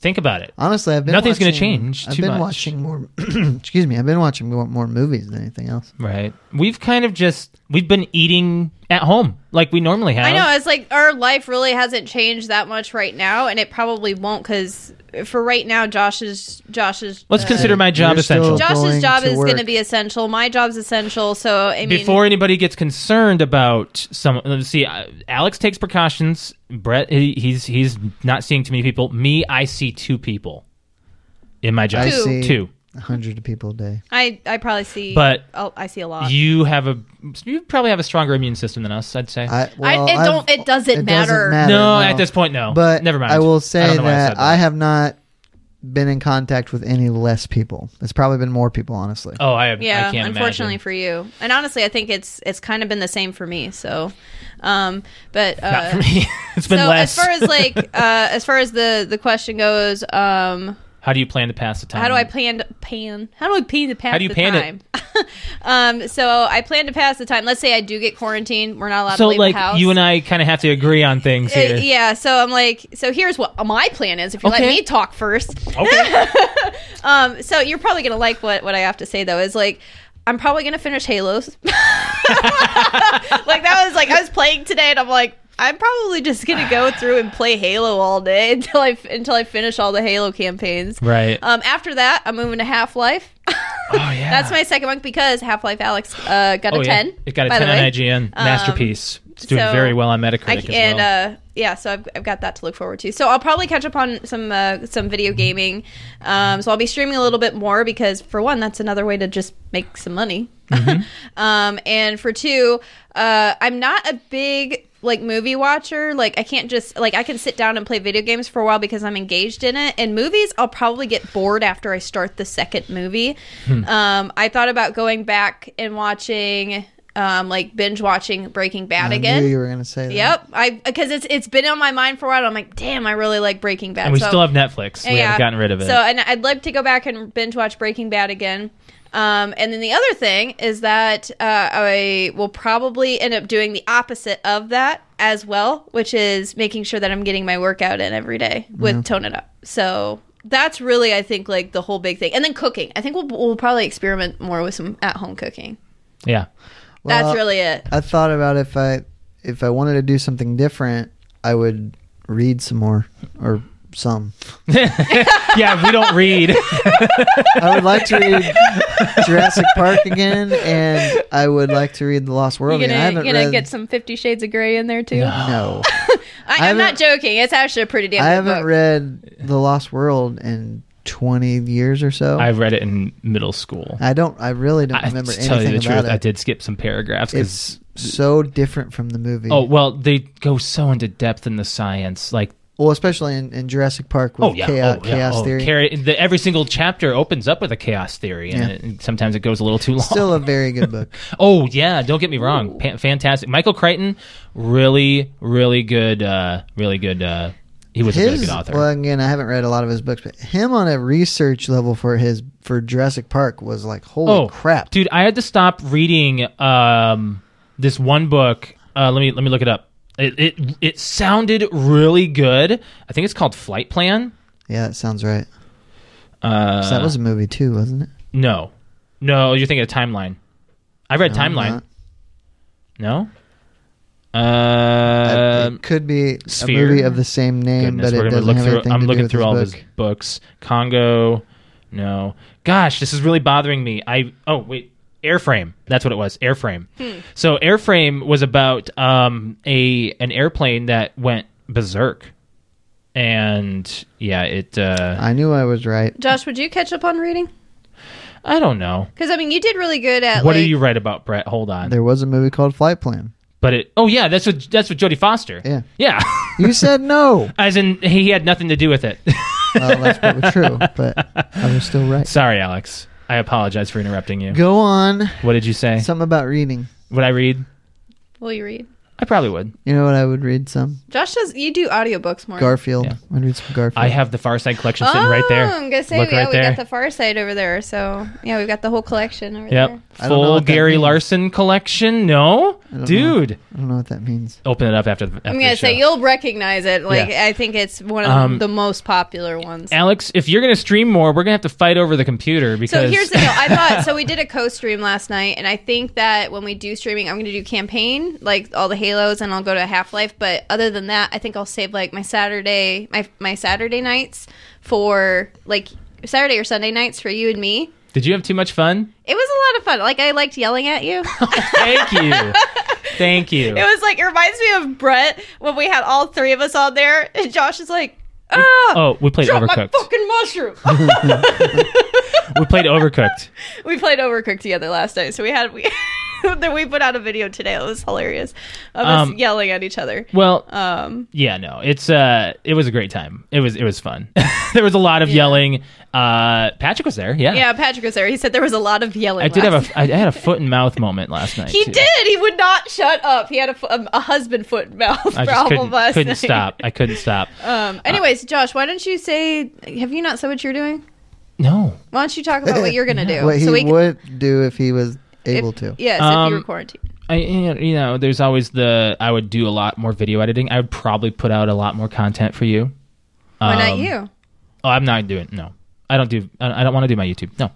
think about it. honestly, I've been nothing's gonna watching- change I've too been much. watching more. [CLEARS THROAT] excuse me, I've been watching more, more movies than anything else. Right. We've kind of just we've been eating at home like we normally have. I know it's like our life really hasn't changed that much right now, and it probably won't because for right now, Josh's Josh's Let's uh, consider my job You're essential. still- Josh's going job to is work. going to be essential. My job's essential. So I mean, Before anybody gets concerned about some, let's see. uh, Alex takes precautions. Brett, he, he's he's not seeing too many people. Me, I see two people in my job. I Two. see Two. a hundred people a day. I I probably see, But oh, I see a lot. You have a you probably have a stronger immune system than us. I'd say. I, well, it I've- don't- it doesn't matter. no, no. at this point, no. But never mind. I will I say don't know why I said that I have not been in contact with any less people. It's probably been more people, honestly. Oh, I yeah, I can't unfortunately imagine. for you. And honestly, I think it's it's kind of been the same for me. So, um, but uh, Not for me. [LAUGHS] it's been so less. as far as like uh, as far as the the question goes, um, [LAUGHS] How do you plan to pass the time? How do I plan to pan? How do I plan to pass Um, How do you the pan it? time? [LAUGHS] um, so I plan to pass the time. Let's say I do get quarantined. We're not allowed So to leave like the house. you and I kind of have to agree on things Uh, here. yeah, so I'm like, so here's what my plan is. If you let Okay. me talk first, [LAUGHS] Okay. um, so you're probably gonna like what what I have to say though is like. I'm probably gonna finish Halos. [LAUGHS] like that was like I was playing today, and I'm like, I'm probably just gonna go through and play Halo all day [LAUGHS] until I until I finish all the Halo campaigns. right. Um, after that, I'm moving to Half Life. oh [LAUGHS] yeah. That's my second one because Half Life Alex uh, got oh, a yeah. 10. It got a by the ten on way. IGN. Um, Masterpiece. It's doing so very well on Metacritic I, as well. and uh, yeah, so I've, I've got that to look forward to. So I'll probably catch up on some uh, some video gaming. Um, so I'll be streaming a little bit more because for one, that's another way to just make some money. Mm-hmm. [LAUGHS] um, and for two, uh, I'm not a big like movie watcher. Like I can't just like I can sit down and play video games for a while because I'm engaged in it. And movies, I'll probably get bored after I start the second movie. Hmm. Um, I thought about going back and watching. Um, like binge watching Breaking Bad I again. knew you were gonna say that. Yep, I because it's it's been on my mind for a while. I'm like, damn, I really like Breaking Bad. And we So- still have Netflix. we haven't gotten rid of it. So, and I'd like to go back and binge watch Breaking Bad again. Um, and then the other thing is that uh, I will probably end up doing the opposite of that as well, which is making sure that I'm getting my workout in every day with Tone It Up. So that's really, I think, like the whole big thing. And then cooking. I think we'll, we'll probably experiment more with some at home cooking. yeah. that's Well, really it. I thought about if I if I wanted to do something different, I would read some more or some. yeah, we don't [LAUGHS] read. [LAUGHS] I would like to read Jurassic Park again, and I would like to read The Lost You're World. gonna, again. I haven't you're gonna read. get some Fifty Shades of Grey in there too. [LAUGHS] no, I, I'm I not joking. It's actually a pretty damn I good haven't book. read The Lost World in twenty years or so. I I, read it in middle school. don't. I really don't remember to anything tell you the about truth, I it. did skip some paragraphs It's because. so different from the movie. Oh well, they go so into depth in the science, like well, especially in, in Jurassic Park with oh yeah, chaos, oh, yeah, chaos oh, theory. chara- the, every single chapter opens up with a chaos theory, and, Yeah. it- and sometimes it goes a little too long. Still a very [LAUGHS] good book. Oh yeah, don't get me wrong, pa- fantastic. Michael Crichton, really, really good, uh, really good. Uh, he was a really good author. Well, again, I haven't read a lot of his books, but him on a research level for his for Jurassic Park was like, holy oh crap! dude! I had to stop reading um, this one book. Uh, let me let me look it up. It, it it sounded really good. I think it's called Flight Plan. Yeah, that sounds right. Uh, 'Cause that was a movie too, wasn't it? no, no. You're thinking of Timeline. I read No, I'm Timeline. not. No. Uh, Uh, it could be Sphere. a movie of the same name, goodness, but we're gonna it doesn't look have through. anything I'm to do looking with through all his his book. books. Congo, no. Gosh, this is really bothering me. I oh wait, airframe. That's what it was. Airframe. So airframe was about um a an airplane that went berserk, and yeah, it. Uh, I knew I was right. Josh, would you catch up on reading? I don't know. Because I mean, you did really good at What like, are you right about, Brett? Hold on. There was a movie called Flight Plan. But it. Oh yeah, that's what that's what Jodie Foster. Yeah. Yeah. [LAUGHS] You said no. As in, he had nothing to do with it. [LAUGHS] well, that's probably true, but I was still right. Sorry, Alex. I apologize for interrupting you. Go on. What did you say? Something about reading. Would I read? Will you read? I probably would. You know what? I would read some Josh does. You do audiobooks more. Garfield. Yeah. I'd read some Garfield. I have the Far Side collection oh, sitting right there. I'm gonna say Look yeah, right we there. got the Far Side over there. So yeah, we've got the whole collection over Yep. there. I don't know Full what that Gary means. Larson collection. No, don't know. dude. I don't know what that means. Open it up after. the after I'm the gonna say show. you'll recognize it. Like Yeah. I think it's one of Um, the most popular ones. Alex, if you're gonna stream more, we're gonna have to fight over the computer because. So [LAUGHS] here's the deal. I thought so. We did a co-stream last night, and I think that when we do streaming, I'm going to do campaign like all the Halos, and I'll go to Half Life. But other than that, I think I'll save like my Saturday, my my Saturday nights for like Saturday or Sunday nights for you and me. Did you have too much fun? It was a lot of fun. Like I liked yelling [LAUGHS] at you. [LAUGHS] Thank you. Thank you. It was like it reminds me of Brett when we had all three of us on there, and Josh is like, ah, oh, we played drop my Overcooked. fucking mushroom. [LAUGHS] [LAUGHS] we played Overcooked. we [LAUGHS] played Overcooked together last night, so we had we that we put out a video today. It was hilarious of Um, us yelling at each other. Well, Um, yeah, no, it's uh, it was a great time. It was it was fun. [LAUGHS] there was a lot of yelling. Uh, Patrick was there. Yeah, yeah, Patrick was there. He said there was a lot of yelling. I did have last a I had a foot and mouth moment [LAUGHS] last night. [LAUGHS] He too. did. He would not shut up. He had a, f- um, a husband foot mouth I just problem couldn't, last couldn't [LAUGHS] night. stop. Uh, I couldn't stop. Um, anyways, Josh, why don't you say? Have you not said what you're doing? No. Why don't you talk about what you're [LAUGHS] gonna do? What he we can- would do if he was if- able to. Yes, if Um, you were quarantined. I, you know, there's always the I would do a lot more video editing. I would probably put out a lot more content for you. Why not Um, you? Oh, Oh, I'm not doing. No, I don't do. I I don't want to do my YouTube. No,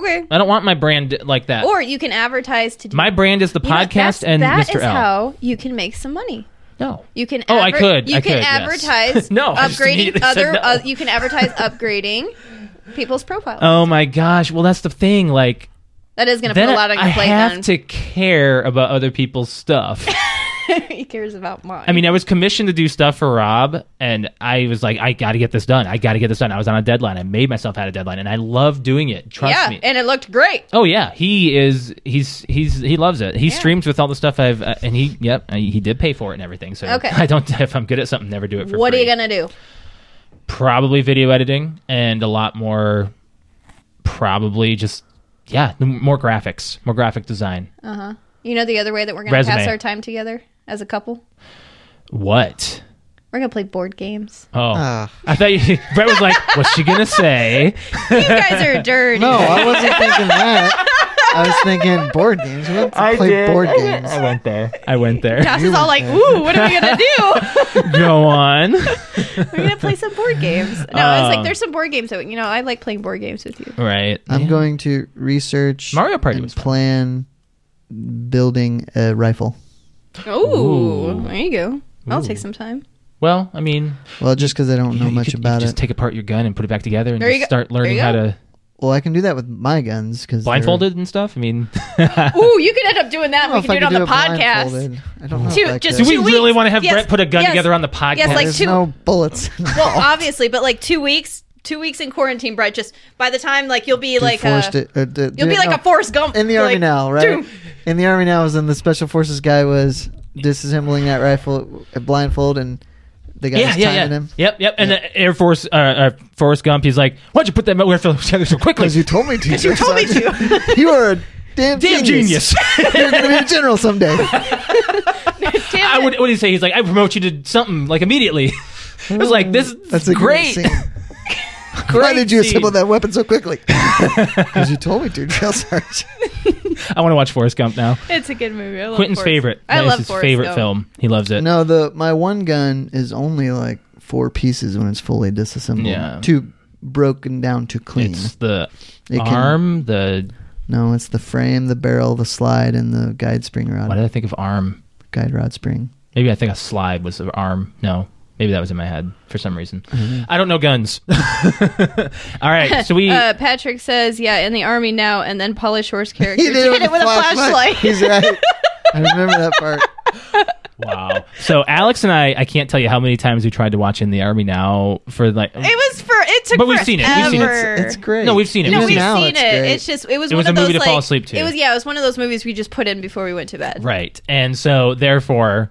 Okay. I don't want my brand like that. Or you can advertise to do my brand is the You know, podcast that's- and that Mr. is L. how you can make some money. no. You can. Oh, I adver- could. You I can could, yes. [LAUGHS] advertise. No, I just upgrading immediately said other. no. Uh, you can [LAUGHS] advertise upgrading people's profiles. Oh my gosh. Well, that's the thing. Like that is going to then put a lot on I your plate. have Then to care about other people's stuff. [LAUGHS] he cares about mine. I mean, I was commissioned to do stuff for Rob, and I was like, I got to get this done. I got to get this done. I was on a deadline. I made myself had a deadline, and I love doing it. Trust yeah, me. and it looked great. oh yeah, he is. He's he's he loves it. He Yeah. streams with all the stuff I've, uh, and he yep, I, he did pay for it and everything. So Okay. [LAUGHS] I don't. If I'm good at something, never do it for What are you free. going to do? probably video editing and a lot more probably just yeah m- more graphics more graphic design Uh huh. You know the other way that we're going to pass Resume. our time together as a couple. what We're going to play [LAUGHS] board games. oh Ah. i thought you [LAUGHS] brett was like what's she gonna say you guys are dirty. No, I wasn't thinking that. [LAUGHS] I was thinking board games. We don't play [LAUGHS] board games. i went there i went there Josh is all like, "Ooh, what are we going to [LAUGHS] do? [LAUGHS] go on we're going to play some board games." No, I was Um, like, "There's some board games that you know. I like playing board games with you." [LAUGHS] right I'm Yeah. going to research Mario Party and was fun. plan building a rifle. Oh, Ooh. there you go. I'll take some time. well i mean Well, just because I don't you know you much could- you about just it. take apart your gun and put it back together and There you just go. start There learning you how go. to well, I can do that with my guns because blindfolded and stuff i [LAUGHS] mean Ooh, you could end up doing that. I We don't know can if do it on I could the do it podcast. blindfolded. I don't know. Two- if I just do could. we Two really weeks. want to have Yes. brett put a gun Yes. together on the podcast Yes, like There's two- no bullets. Well, obviously, but like two weeks, two weeks in quarantine, Brett. Just by the time, like you'll be like a, Forced it- uh, d- you'll do be it- like no. a Forrest Gump in the army like, now, [LAUGHS] right? doom. In the army now is when the special forces guy was disassembling that rifle uh, blindfold, and the guy was timing him. Yep, yep. And the Air Force, uh, uh, Forrest Gump, he's like, why'd you put that rifle together so quickly? Because you told [LAUGHS] me to. You told me to. [LAUGHS] You are a damn, Damn genius. [LAUGHS] You're going to be a [LAUGHS] general someday. I would, what do you say? He's like, I promote you to something, like immediately. [LAUGHS] I was like, this That's That's a good great. [LAUGHS] scene. great Why did you scene. assemble that weapon [LAUGHS] so quickly? Because you told me to, Drill Sergeant. I want to watch Forrest Gump now. It's a good movie. I love Quentin's Forrest- favorite. I That is love his Forrest favorite Gump. film. He loves it. No, the my one gun is only like four pieces when it's fully disassembled. Yeah. Two broken down to clean. It's the It can- arm, the, no, it's the frame, the barrel, the slide, and the guide spring rod. why did I think of arm? Guide rod spring. Maybe I think a slide was the arm. No. Maybe that was in my head for some reason. Mm-hmm. I don't know guns. [LAUGHS] All right, so we [LAUGHS] Uh, Patrick says, "Yeah, in the army now." And then Polly Shore's character [LAUGHS] He did, it with a flashlight. He's right. I remember that [LAUGHS] part. Wow. So Alex and I, I can't tell you how many times we tried to watch In the Army Now for like. [LAUGHS] It was for it took. But we've seen it. We've seen it. forever. It's great. No, we've seen it. No, Even we've now seen it's it. great. It's just it was It one was of a those movie to like fall asleep to. it was yeah it was one of those movies we just put in before we went to bed. Right. And so therefore.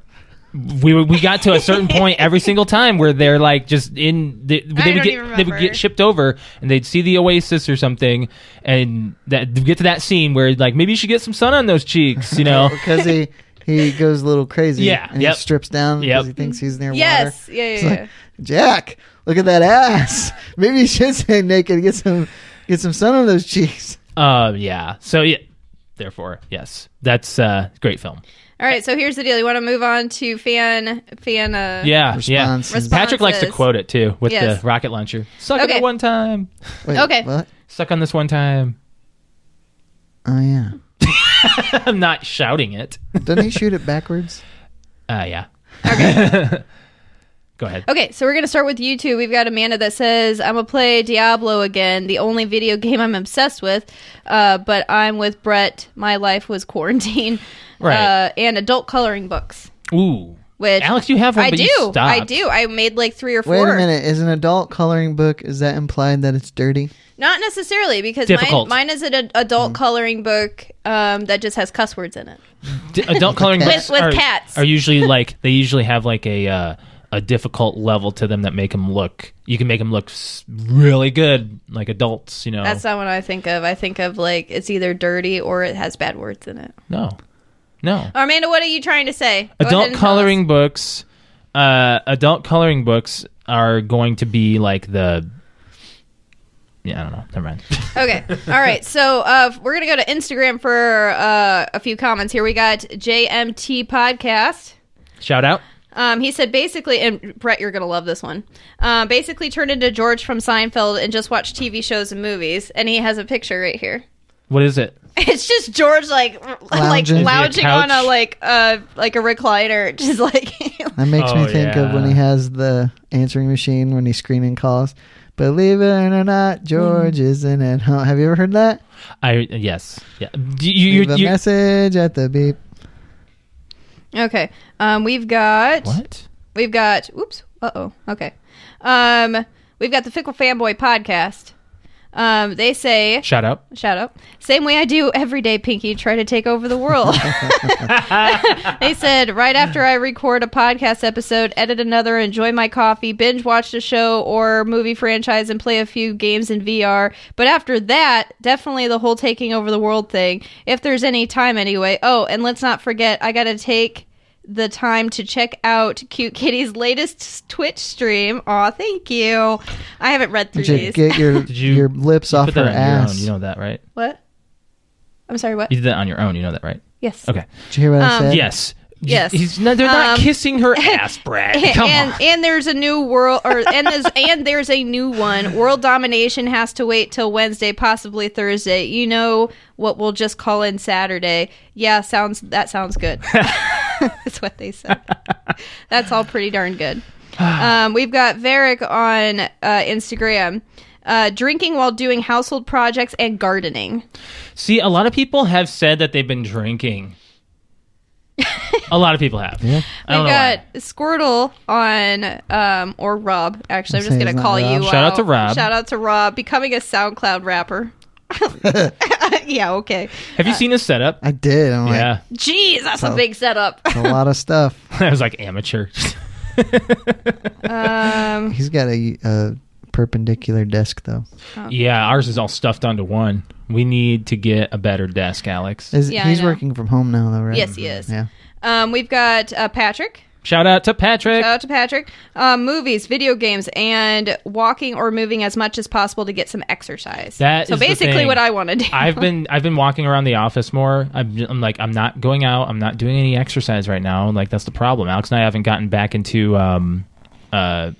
We, were- we got to a [LAUGHS] certain point every single time where they're like just in they, they don't would get even they would remember. get shipped over and they'd see the oasis or something and that get to that scene where like maybe you should get some sun on those cheeks you [LAUGHS] know because he he goes a little crazy. Yeah, and yep. he strips down Yep. because he thinks he's near Yes. water. Yeah. Yeah. It's yeah. like, Jack, look at that ass. [LAUGHS] Maybe you should stay naked. Get some get some sun on those cheeks. [LAUGHS] uh yeah so yeah therefore yes that's uh great film All right. So here's the deal. You want to move on to fan fan. Uh, yeah Response. yeah Patrick likes to Responses. quote it too with Yes. the rocket launcher suck on Okay. it one time Wait, Okay. What? suck on this one time [LAUGHS] Oh yeah. I'm not shouting it. Doesn't he shoot it backwards? Uh, yeah. [LAUGHS] Go ahead. Okay, so we're gonna start with you two. We've got Amanda that says, "I'm gonna play Diablo again, the only video [LAUGHS] game I'm obsessed with." Uh, but I'm with Brett. My life was quarantine, [LAUGHS] Right. Uh, and adult coloring books. Ooh. Which Alex, you have one, I but do. you I stopped. do. I made like three or four. Wait a minute. Is an adult coloring book is that implied that it's dirty? Not necessarily because Difficult. Mm. mine, mine is an ad- adult coloring book um, that just has cuss words in it. D- adult coloring With- books [LAUGHS] with are, cats. are usually like they usually have like a uh, a difficult level to them that make them look. You can make them look s- really good, like adults. You know, That's not what I think of. I think of like it's either dirty or it has bad words in it. no, no. Amanda, what are you trying to say? Go ahead adult and tell us. coloring books. Uh, adult coloring books are going to be like the. Yeah, I don't know. Never mind. [LAUGHS] Okay. All right. So uh, we're gonna go to Instagram for uh, a few comments. Here we got JMT podcast. Shout out. Um, he said basically, and Brett, you're gonna love this one. Uh, basically, turned into George from Seinfeld and just watched TV shows and movies. And he has a picture right here. [LAUGHS] What is it? It's just George like [LAUGHS] r- like Lounging. lounging Is he a on a couch? like uh like a recliner, [LAUGHS] just like That makes Oh, me think of when yeah. he has the answering machine when he's screening calls. Believe it or not, Mm. George isn't at home. Have you ever heard that? I yes. Yeah. Do you, Leave you, a you- message at the beep. okay. Um, we've got what? we've got oops. Uh oh. Okay. Um, we've got the Fickle Fanboy podcast. Um, they say Shout out. Shout out. Same way I do every day, Pinky, try to take over the world. [LAUGHS] they said, right after I record a podcast episode, edit another, enjoy my coffee, binge watch a show or movie franchise, and play a few games in VR. But after that, definitely the whole taking over the world thing, if there's any time anyway. Oh, and let's not forget, I got to take the time to check out Cute Kitty's latest Twitch stream. Aw, thank you. I haven't read through Did you these. get your [LAUGHS] Did you your lips You off put her that on your own. ass? You know that, right? [LAUGHS] what? I'm sorry, what? You did that on your own. You know that, right? Yes. Okay. Did you hear what I Um, said? Yes. Yes. He's, no, they're not Um, kissing [LAUGHS] her ass, Brad. and, [LAUGHS] Come and, on. and there's a new world or and there's [LAUGHS] and there's a new one world domination has to wait till wednesday possibly thursday you know what we'll just call in saturday yeah sounds that sounds [LAUGHS] good [LAUGHS] that's what they said that's all pretty darn good um, we've got varick on uh, instagram uh, drinking while doing household projects and gardening See, a lot of people have said that they've been [LAUGHS] drinking. a lot of people have. I we don't know got why. Squirtle on, um, or Rob. Actually, I'm Say just his gonna name, call Rob. you. Shout out to Rob. Shout out to Rob becoming a SoundCloud [LAUGHS] rapper. [LAUGHS] yeah. Okay. Have you seen his setup? I did. I'm like, yeah. [LAUGHS] Jeez, that's a big setup. a lot of stuff. I was like amateur. [LAUGHS] um. He's got a, a perpendicular desk though. [LAUGHS] yeah, ours is all stuffed onto one. We need to get a better desk, Alex. Is, Yeah, I he's know. working from home now though, right? Yes, he is. Yeah. Um. We've got uh, Patrick. Shout out to Patrick. Shout out to Patrick. Um, movies, video games, and walking or moving as much as possible to get some exercise. That so is the basically thing. what I want to do. I've been I've been walking around the office more. I'm, j- I'm like I'm not going out. I'm not doing any exercise right now. Like that's the problem. Alex and I haven't gotten back into um uh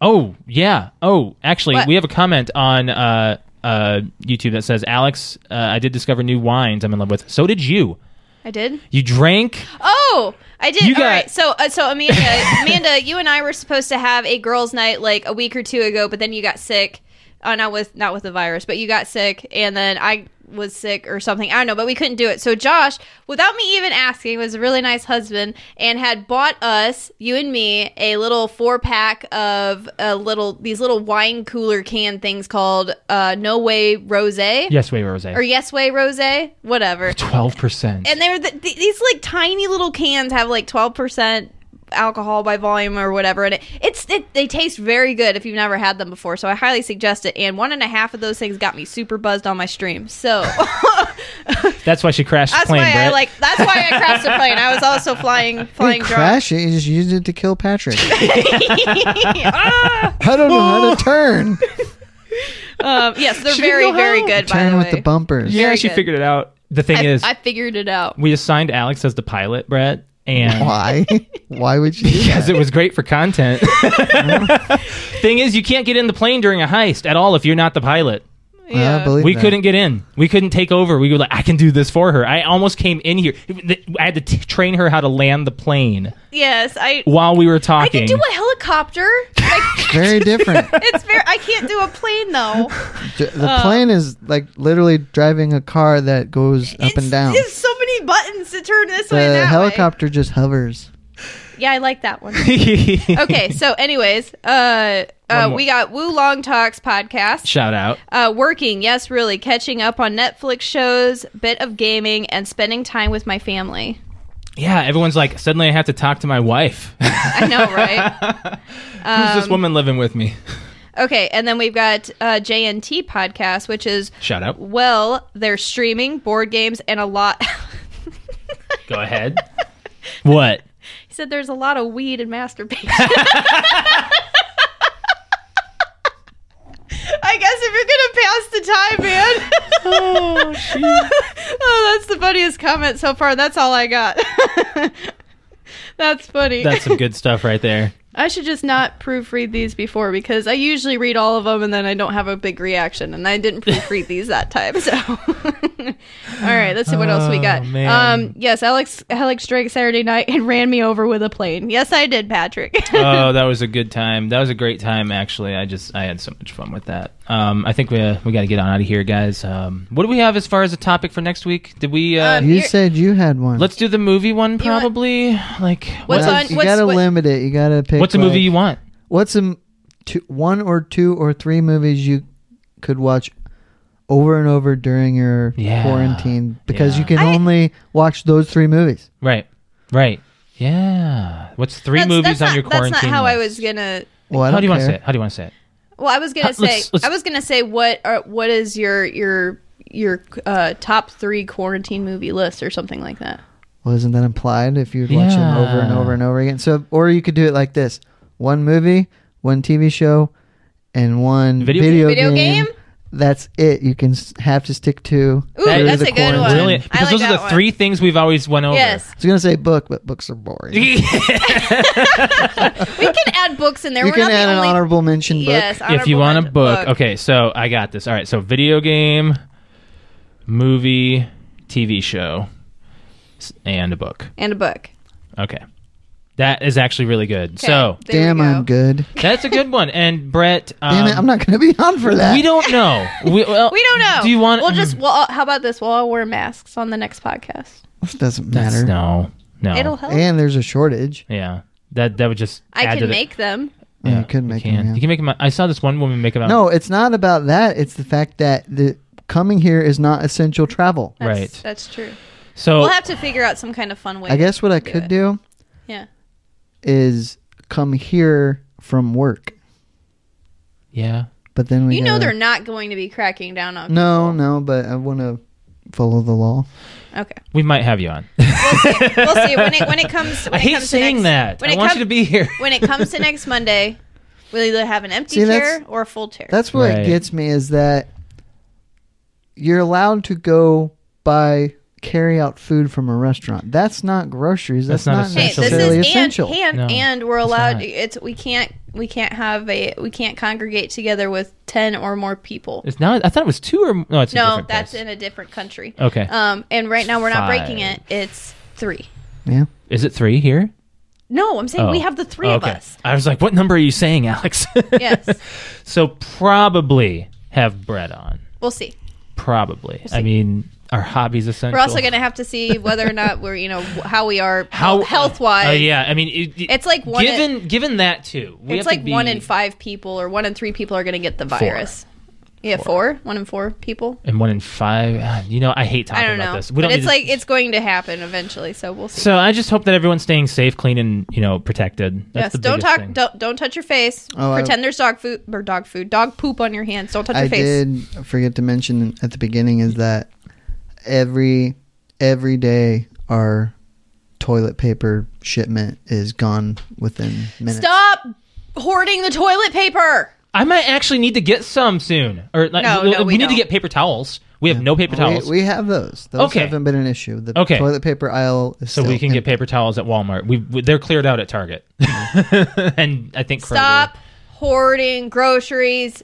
oh yeah oh actually What? we have a comment on uh uh YouTube that says Alex uh, I did discover new wines I'm in love with. So did you. [LAUGHS] I did. You drank. Oh, I did. You All got- right. So, uh, [LAUGHS] so Amanda, Amanda, you and I were supposed to have a girls' night like a week or two ago, but then you got sick. Uh, not with not with the virus, but you got sick, and then I was sick or something. I don't know, but we couldn't do it. So Josh, without me even asking, was a really nice husband and had bought us, you and me, a little four pack of uh, little these little wine cooler can things called uh, No Way Rose Yes, way rose. or Yes Way Rose, whatever Twelve percent. and they're the, th- these like tiny little cans have like 12% alcohol by volume or whatever and it, it's it, they taste very good if you've never had them before so i highly suggest it and one and a half of those things got me super buzzed on my stream so [LAUGHS] That's why she crashed the that's plane. why i Brett. like that's why i crashed the plane i was also flying flying [LAUGHS] You drunk crash it. You just used it to [LAUGHS] kill Patrick. [LAUGHS] I don't know how to turn. um yes they're She didn't very know how. very good by turn the with way the bumpers. yeah, very she good. figured it out. The thing I, is, I figured it out we assigned Alex as the pilot, Brett, and [LAUGHS] Why? Why would you? do because that? it was great for content. Thing is, you can't get in the plane during a heist at all if you're not the pilot. Well, I believe We that. couldn't get in. We couldn't take over. We were like, I can do this for her. I almost came in here. I had to t- train her how to land the plane yes i while we were i talking. can do a [LAUGHS] helicopter [LAUGHS] like, [LAUGHS] Very different. it's very i can't do a plane [LAUGHS] though D- the Oh. plane is like literally driving a car that goes up and down. There's so many buttons to turn this way and The that helicopter just hovers. way. Yeah, I like that one. [LAUGHS] Okay, so anyways, uh, uh, more. we got Woo Long Talks podcast. Shout out. Uh, working, yes, really. Catching up on Netflix shows, bit of gaming, and spending time with my family. Yeah, everyone's like, suddenly I have to talk to my wife. I know, right? [LAUGHS] Um, Who's this woman living with me? okay, and then we've got uh, JNT podcast, which is Shout [LAUGHS] out. well, they're streaming board games and a lot. [LAUGHS] he Go [LAUGHS] ahead. what? said there's a lot of weed and [LAUGHS] masturbation. I guess if you're gonna pass the time, man. Oh, shit. oh, that's the funniest comment so far. That's all I got. [LAUGHS] that's funny. That's some good stuff right there. I should just not proofread these before because I usually read all of them and then I don't have a big reaction, and I didn't proofread these that time. So, [LAUGHS] all right, let's see what else we got. Oh, man. Um, yes, Alex Alex Drake Saturday night and ran me over with a plane. Yes, I did, Patrick. [LAUGHS] Oh, that was a good time. That was a great time, actually. I just I had so much fun with that. Um, I think we uh, we got to get on out of here, guys. Um, what do we have as far as a topic for next week? Did we? Uh, Um, You Here- said you had one. let's do the movie one, want- probably. like What's what- on- You what's- gotta what- limit it. You gotta pick. What's a movie like- you want? What's a m- two, one or two or three movies you could watch over and over during your Yeah. quarantine because Yeah. you can I- only watch those three movies. Right, right. Yeah. What's three That's- movies that's on not- your quarantine? That's not how I list? was gonna. Well, Oh, I How don't do you want to say care. it? How do you want to say it? Well, I was gonna Huh, say. let's- let's- I was gonna say what are what is your your your uh, top three quarantine movie list or something like that. Well, isn't that implied if you'd watch them over and Yeah. over and over again? So, or you could do it like this: one movie, one TV show, and one Video video, game? Video game? That's it. You can s- have to stick to. Ooh, through that's the a good one. quarantine. Really? I Because like those are that the one. three things we've always went over. [LAUGHS] Yes, [LAUGHS] I was gonna say book, but books are boring. you we can add books in there. We're can not add the an only. honorable mention book. yes, if you honorable want a mention- book. Okay, so I got this. All right, so video game, movie, TV show, s- and a book. and a book. Okay. That is actually really good. Okay, So there Damn, we go. I'm good. that's a good one. And Brett, um, [LAUGHS] Damn it, I'm not gonna be on for that. we don't know. We, well, [LAUGHS] We don't know. Do you want? Mm, We'll just. Well, uh, how about this? We'll all wear masks on the next podcast. This doesn't That's- matter. No, no. It'll help. And there's a shortage. yeah, that that would just. I add to can the- make them. Yeah, you could you make can. them. yeah. You can make them. I saw this one woman make them. No, it's not about that. It's the fact that the coming here is not essential travel. That's, Right. That's true. So We'll have to figure out some kind of fun way. I guess what I do could it. do Yeah. is come here from work. yeah. But then we You know gotta- they're not going to be cracking down on. no, no. But I want to follow the law. Okay. We might have you on. We'll see [LAUGHS] when it when it comes. When I it hate comes to saying next- that. When I it want comes you to be here. when [LAUGHS] it comes to next Monday, we'll either have an empty See, that's- chair or a full chair. That's what Right. gets me is that you're allowed to go buy carry out food from a restaurant. That's not groceries. That's, That's not not, Hey, essential. this necessarily is and, essential. and, No, and we're it's allowed. not. It's, we can't we can't have a we can't congregate together with ten or more people. It's not. I thought it was two or no. It's a No, different that's place. in a different country. Okay. Um, and right now we're not breaking Five. it. It's three. yeah. Is it three here? No, I'm saying Oh. we have the three of Okay. us. I was like, what number are you saying, Alex? [LAUGHS] Yes, so probably have bread on. we'll see. Probably. I mean, our hobbies essential. We're also going to have to see whether or not we're you know how we are [LAUGHS] how health wise. Oh yeah, I mean, it, it- It's like one given given that too. We it's have to like one be- in five people or one in three people are going to get the virus. Yeah, four. One in four people. and one in five. ah, You know, I hate talking I don't about know. this. We But don't need it's to- like it's going to happen eventually, so we'll see. So I just hope that everyone's staying safe, clean, and you know protected. That's yes, the don't biggest talk. thing. Don't don't touch your face. Oh, I- Pretend there's dog food or dog food, dog poop on your hands. Don't touch your I face. did forget to mention at the beginning is that every every day our toilet paper shipment is gone within minutes. Stop hoarding the toilet paper. I might actually need to get some soon, or like No, we, no, we need to don't. get paper towels. We have no paper We, towels, we have those. Those Okay. haven't been an issue. The Okay. toilet paper aisle is so we can get paper towels at Walmart. We, we they're cleared out at [LAUGHS] Target, and I think Kroger. Stop hoarding groceries.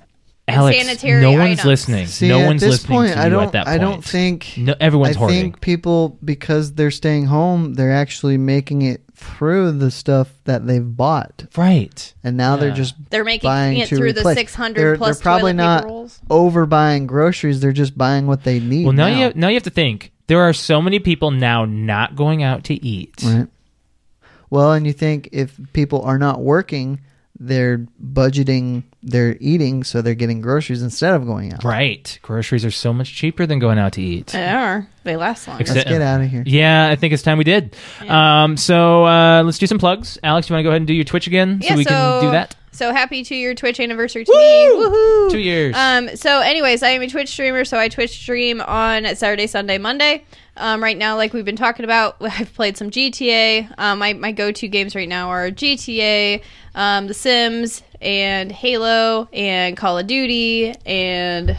Alex, sanitary no one's items. listening. See, no at one's this listening point, to you I don't, at that I point. don't think no, everyone's I hoarding. think people because they're staying home, they're actually making it through the stuff that they've bought, right. and now they're Yeah. just They're making buying it to through the replace. 600 They're- plus they're probably toilet not- paper rolls. overbuying groceries. They're just buying what they need. Well, now, you have, now you have to think. There are so many people now not going out to eat. Right. Well, and you think if people are not working, they're budgeting their eating, so they're getting groceries instead of going out. Right. Groceries are so much cheaper than going out to eat. They are. They last long. Except- Let's get out of here. Yeah, I think it's time we did. Um, so uh, let's do some plugs. Alex, you want to go ahead and do your Twitch again so we can do that? So happy two year Twitch anniversary to me. Woohoo! Two years. Um, so, anyways, I am a Twitch streamer, so I Twitch stream on Saturday, Sunday, Monday. Um, right now, like we've been talking about, [LAUGHS] I've played some GTA. Um, my my go to games right now are GTA, um, The Sims, and Halo, and Call of Duty, and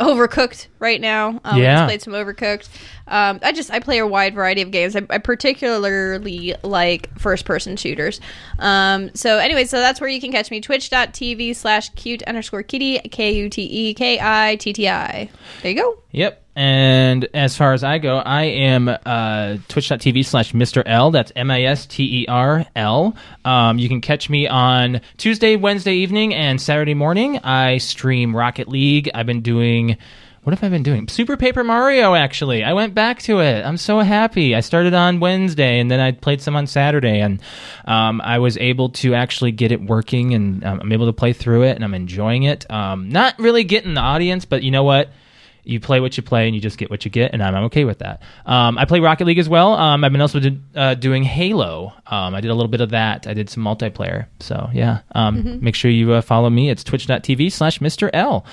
Overcooked right now. Um, Yeah. I just played some Overcooked. Um, I just I play a wide variety of games. I, I particularly like first person shooters. Um, so anyway, so that's where you can catch me twitch.tv slash cute underscore kitty k u t e k i t t i. There you go. Yep. And as far as I go, I am uh, twitch.tv slash Mr. L. That's M I S T E R L. Um, you can catch me on Tuesday, Wednesday evening, and Saturday morning. I stream Rocket League. I've been doing. What have I been doing? Super Paper Mario, actually. I went back to it. I'm so happy. I started on Wednesday and then I played some on Saturday, and um, I was able to actually get it working, and um, I'm able to play through it, and I'm enjoying it. Um, not really getting the audience, but you know what? you play what you play and you just get what you get, and I'm, I'm okay with that. Um, I play Rocket League as well. Um, I've been also did, uh, doing Halo. Um, I did a little bit of that. I did some multiplayer. So yeah, um, make sure you uh, follow me. It's twitch.tv slash Mr. L.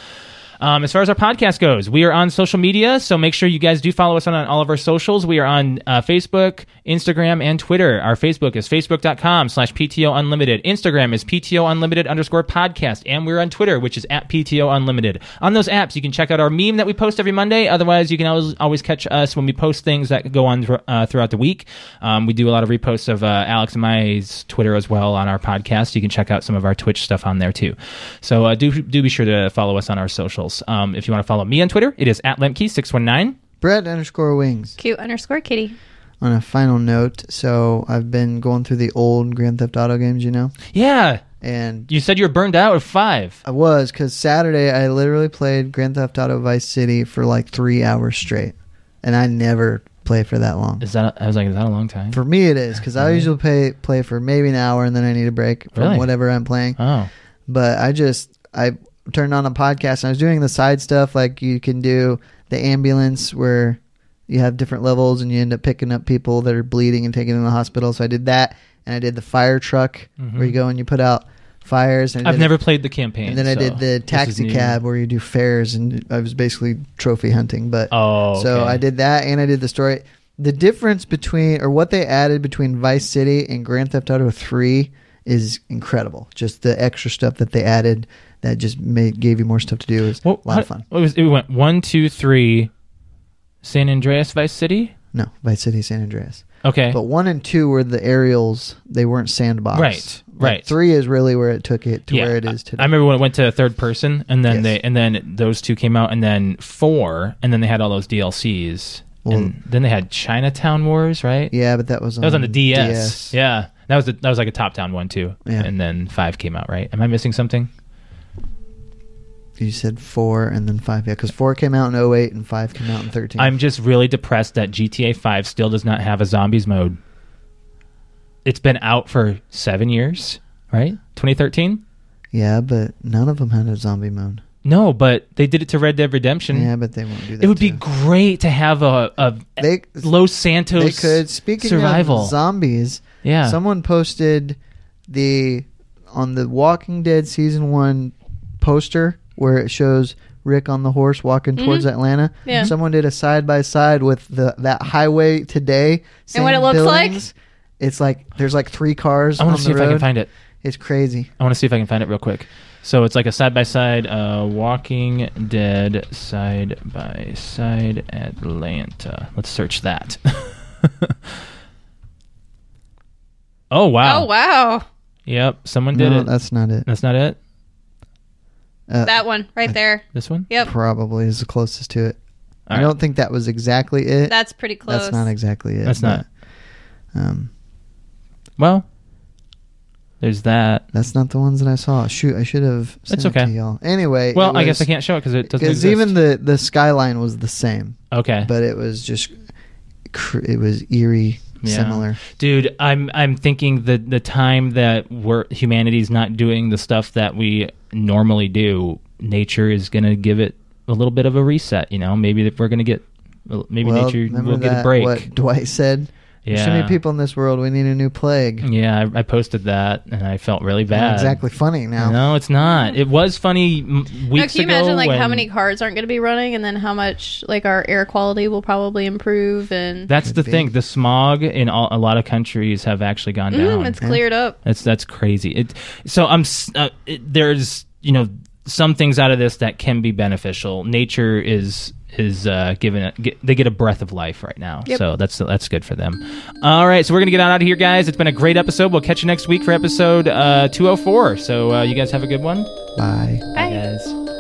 Um, as far as our podcast goes, we are on social media, so make sure you guys do follow us on, on all of our socials. We are on uh, Facebook, Instagram, and Twitter. Our Facebook is facebook.com slash PTO Unlimited. Instagram is PTO Unlimited underscore podcast. And we're on Twitter, which is at PTO Unlimited. On those apps, you can check out our meme that we post every Monday. Otherwise, you can always, always catch us when we post things that go on thr- uh, throughout the week. Um, we do a lot of reposts of uh, Alex and my's Twitter as well on our podcast. You can check out some of our Twitch stuff on there too. So uh, do do be sure to follow us on our socials. Um, if you want to follow me on Twitter, it is at lemke619. Brett underscore wings. Cute underscore kitty. On a final note, so I've been going through the old Grand Theft Auto games, you know, Yeah, and you said you were burned out at five. I was because Saturday I literally played Grand Theft Auto Vice City for like three hours straight, and I never play for that long. Is that? I was like, is that a long time? For me, it is because I usually play play for maybe an hour and then I need a break from Really? whatever I'm playing. Oh, But I just I turned on a podcast and I was doing the side stuff like you can do the ambulance where you have different levels and you end up picking up people that are bleeding and taking them to the hospital. So I did that and I did the fire truck where you go and you put out fires. And I Mm-hmm. I've did- never played the campaign. And then I so did this is the taxi new. cab where you do fairs and I was basically trophy hunting. But Oh, so okay. I did that and I did the story. The difference between, or what they added between Vice City and Grand Theft Auto 3 is incredible. Just the extra stuff that they added that just made, gave you more stuff to do is Well, a lot of how- fun. It, was, it went one, two, three. San Andreas Vice City. No, Vice City, San Andreas. Okay. But one and two were the aerials, they weren't sandbox. Right, right. Three is really where it took it to Yeah, where it I- is today. I remember when it went to third person, and then Yes. they and then those two came out, and then four, and then they had all those DLCs, Well- and then they had Chinatown Wars, right? yeah, but that was on That was on the DS. DS. Yeah, that was the, that was like a top down one too, Yeah. and then five came out, right? Am I missing something? You said four and then five. Yeah, because four came out in 08 and five came out in 13. I'm just really depressed that GTA Five still does not have a zombies mode. It's been out for seven years, right? 2013. yeah, but none of them had a zombie mode. No, but they did it to Red Dead Redemption. Yeah, but they won't do that. it would be too. great to have a, a They, Los Santos. they could. Speaking survival. of zombies, yeah. someone posted the on the Walking Dead season one poster where it shows Rick on the horse walking towards Atlanta. Mm-hmm. Yeah. Someone did a side by side with the that highway today. And what same it looks like? buildings. It's like there's like three cars. I want to see if I can find it. It's crazy. I want to see if I can find it real quick. So it's like a side by side, Walking Dead side by side Atlanta. Let's search that. [LAUGHS] oh wow! Oh wow, Yep, someone did No, it. That's, that's not not it. it. Uh, that one right there. This one. Yep, probably is the closest to it. All I right. don't think that was exactly it. that's pretty close. That's not exactly it. That's not. but, Um, Well, there's that. that's not the ones that I saw. Shoot, I should have. Sent That's okay. It to y'all. Anyway. Well, it I guess I was- can't show it because it doesn't Because exist. even the the skyline was the same, okay. but it was just, cr- it was eerie Yeah. similar. Dude, I'm I'm thinking the the time that we're humanity's not doing the stuff that we normally do, nature is gonna give it a little bit of a reset. You know, maybe if we're gonna get, maybe Well, nature remember will get that- a break. What Dwight said. There's so Yeah. many people in this world. We need a new plague. Yeah, I, I posted that and I felt really Not bad. exactly [LAUGHS] funny now. No, it's not. It was funny m- Now, weeks can you ago. imagine like how when- many cars aren't going to be running, and then how much like our air quality will probably improve, and That's Could the be. thing. The smog in all, a lot of countries have actually gone down. Mm, it's cleared up. That's that's crazy. It, so I'm s- uh, it, there's you know some things out of this that can be beneficial. Nature is is uh, given a, get, they get a breath of life right now. Yep. So that's that's good for them. All right, so we're gonna get on out of here, guys. It's been a great episode. We'll oh catch you next week for episode uh, 204. So uh, you guys have a good one. Bye. Bye, guys.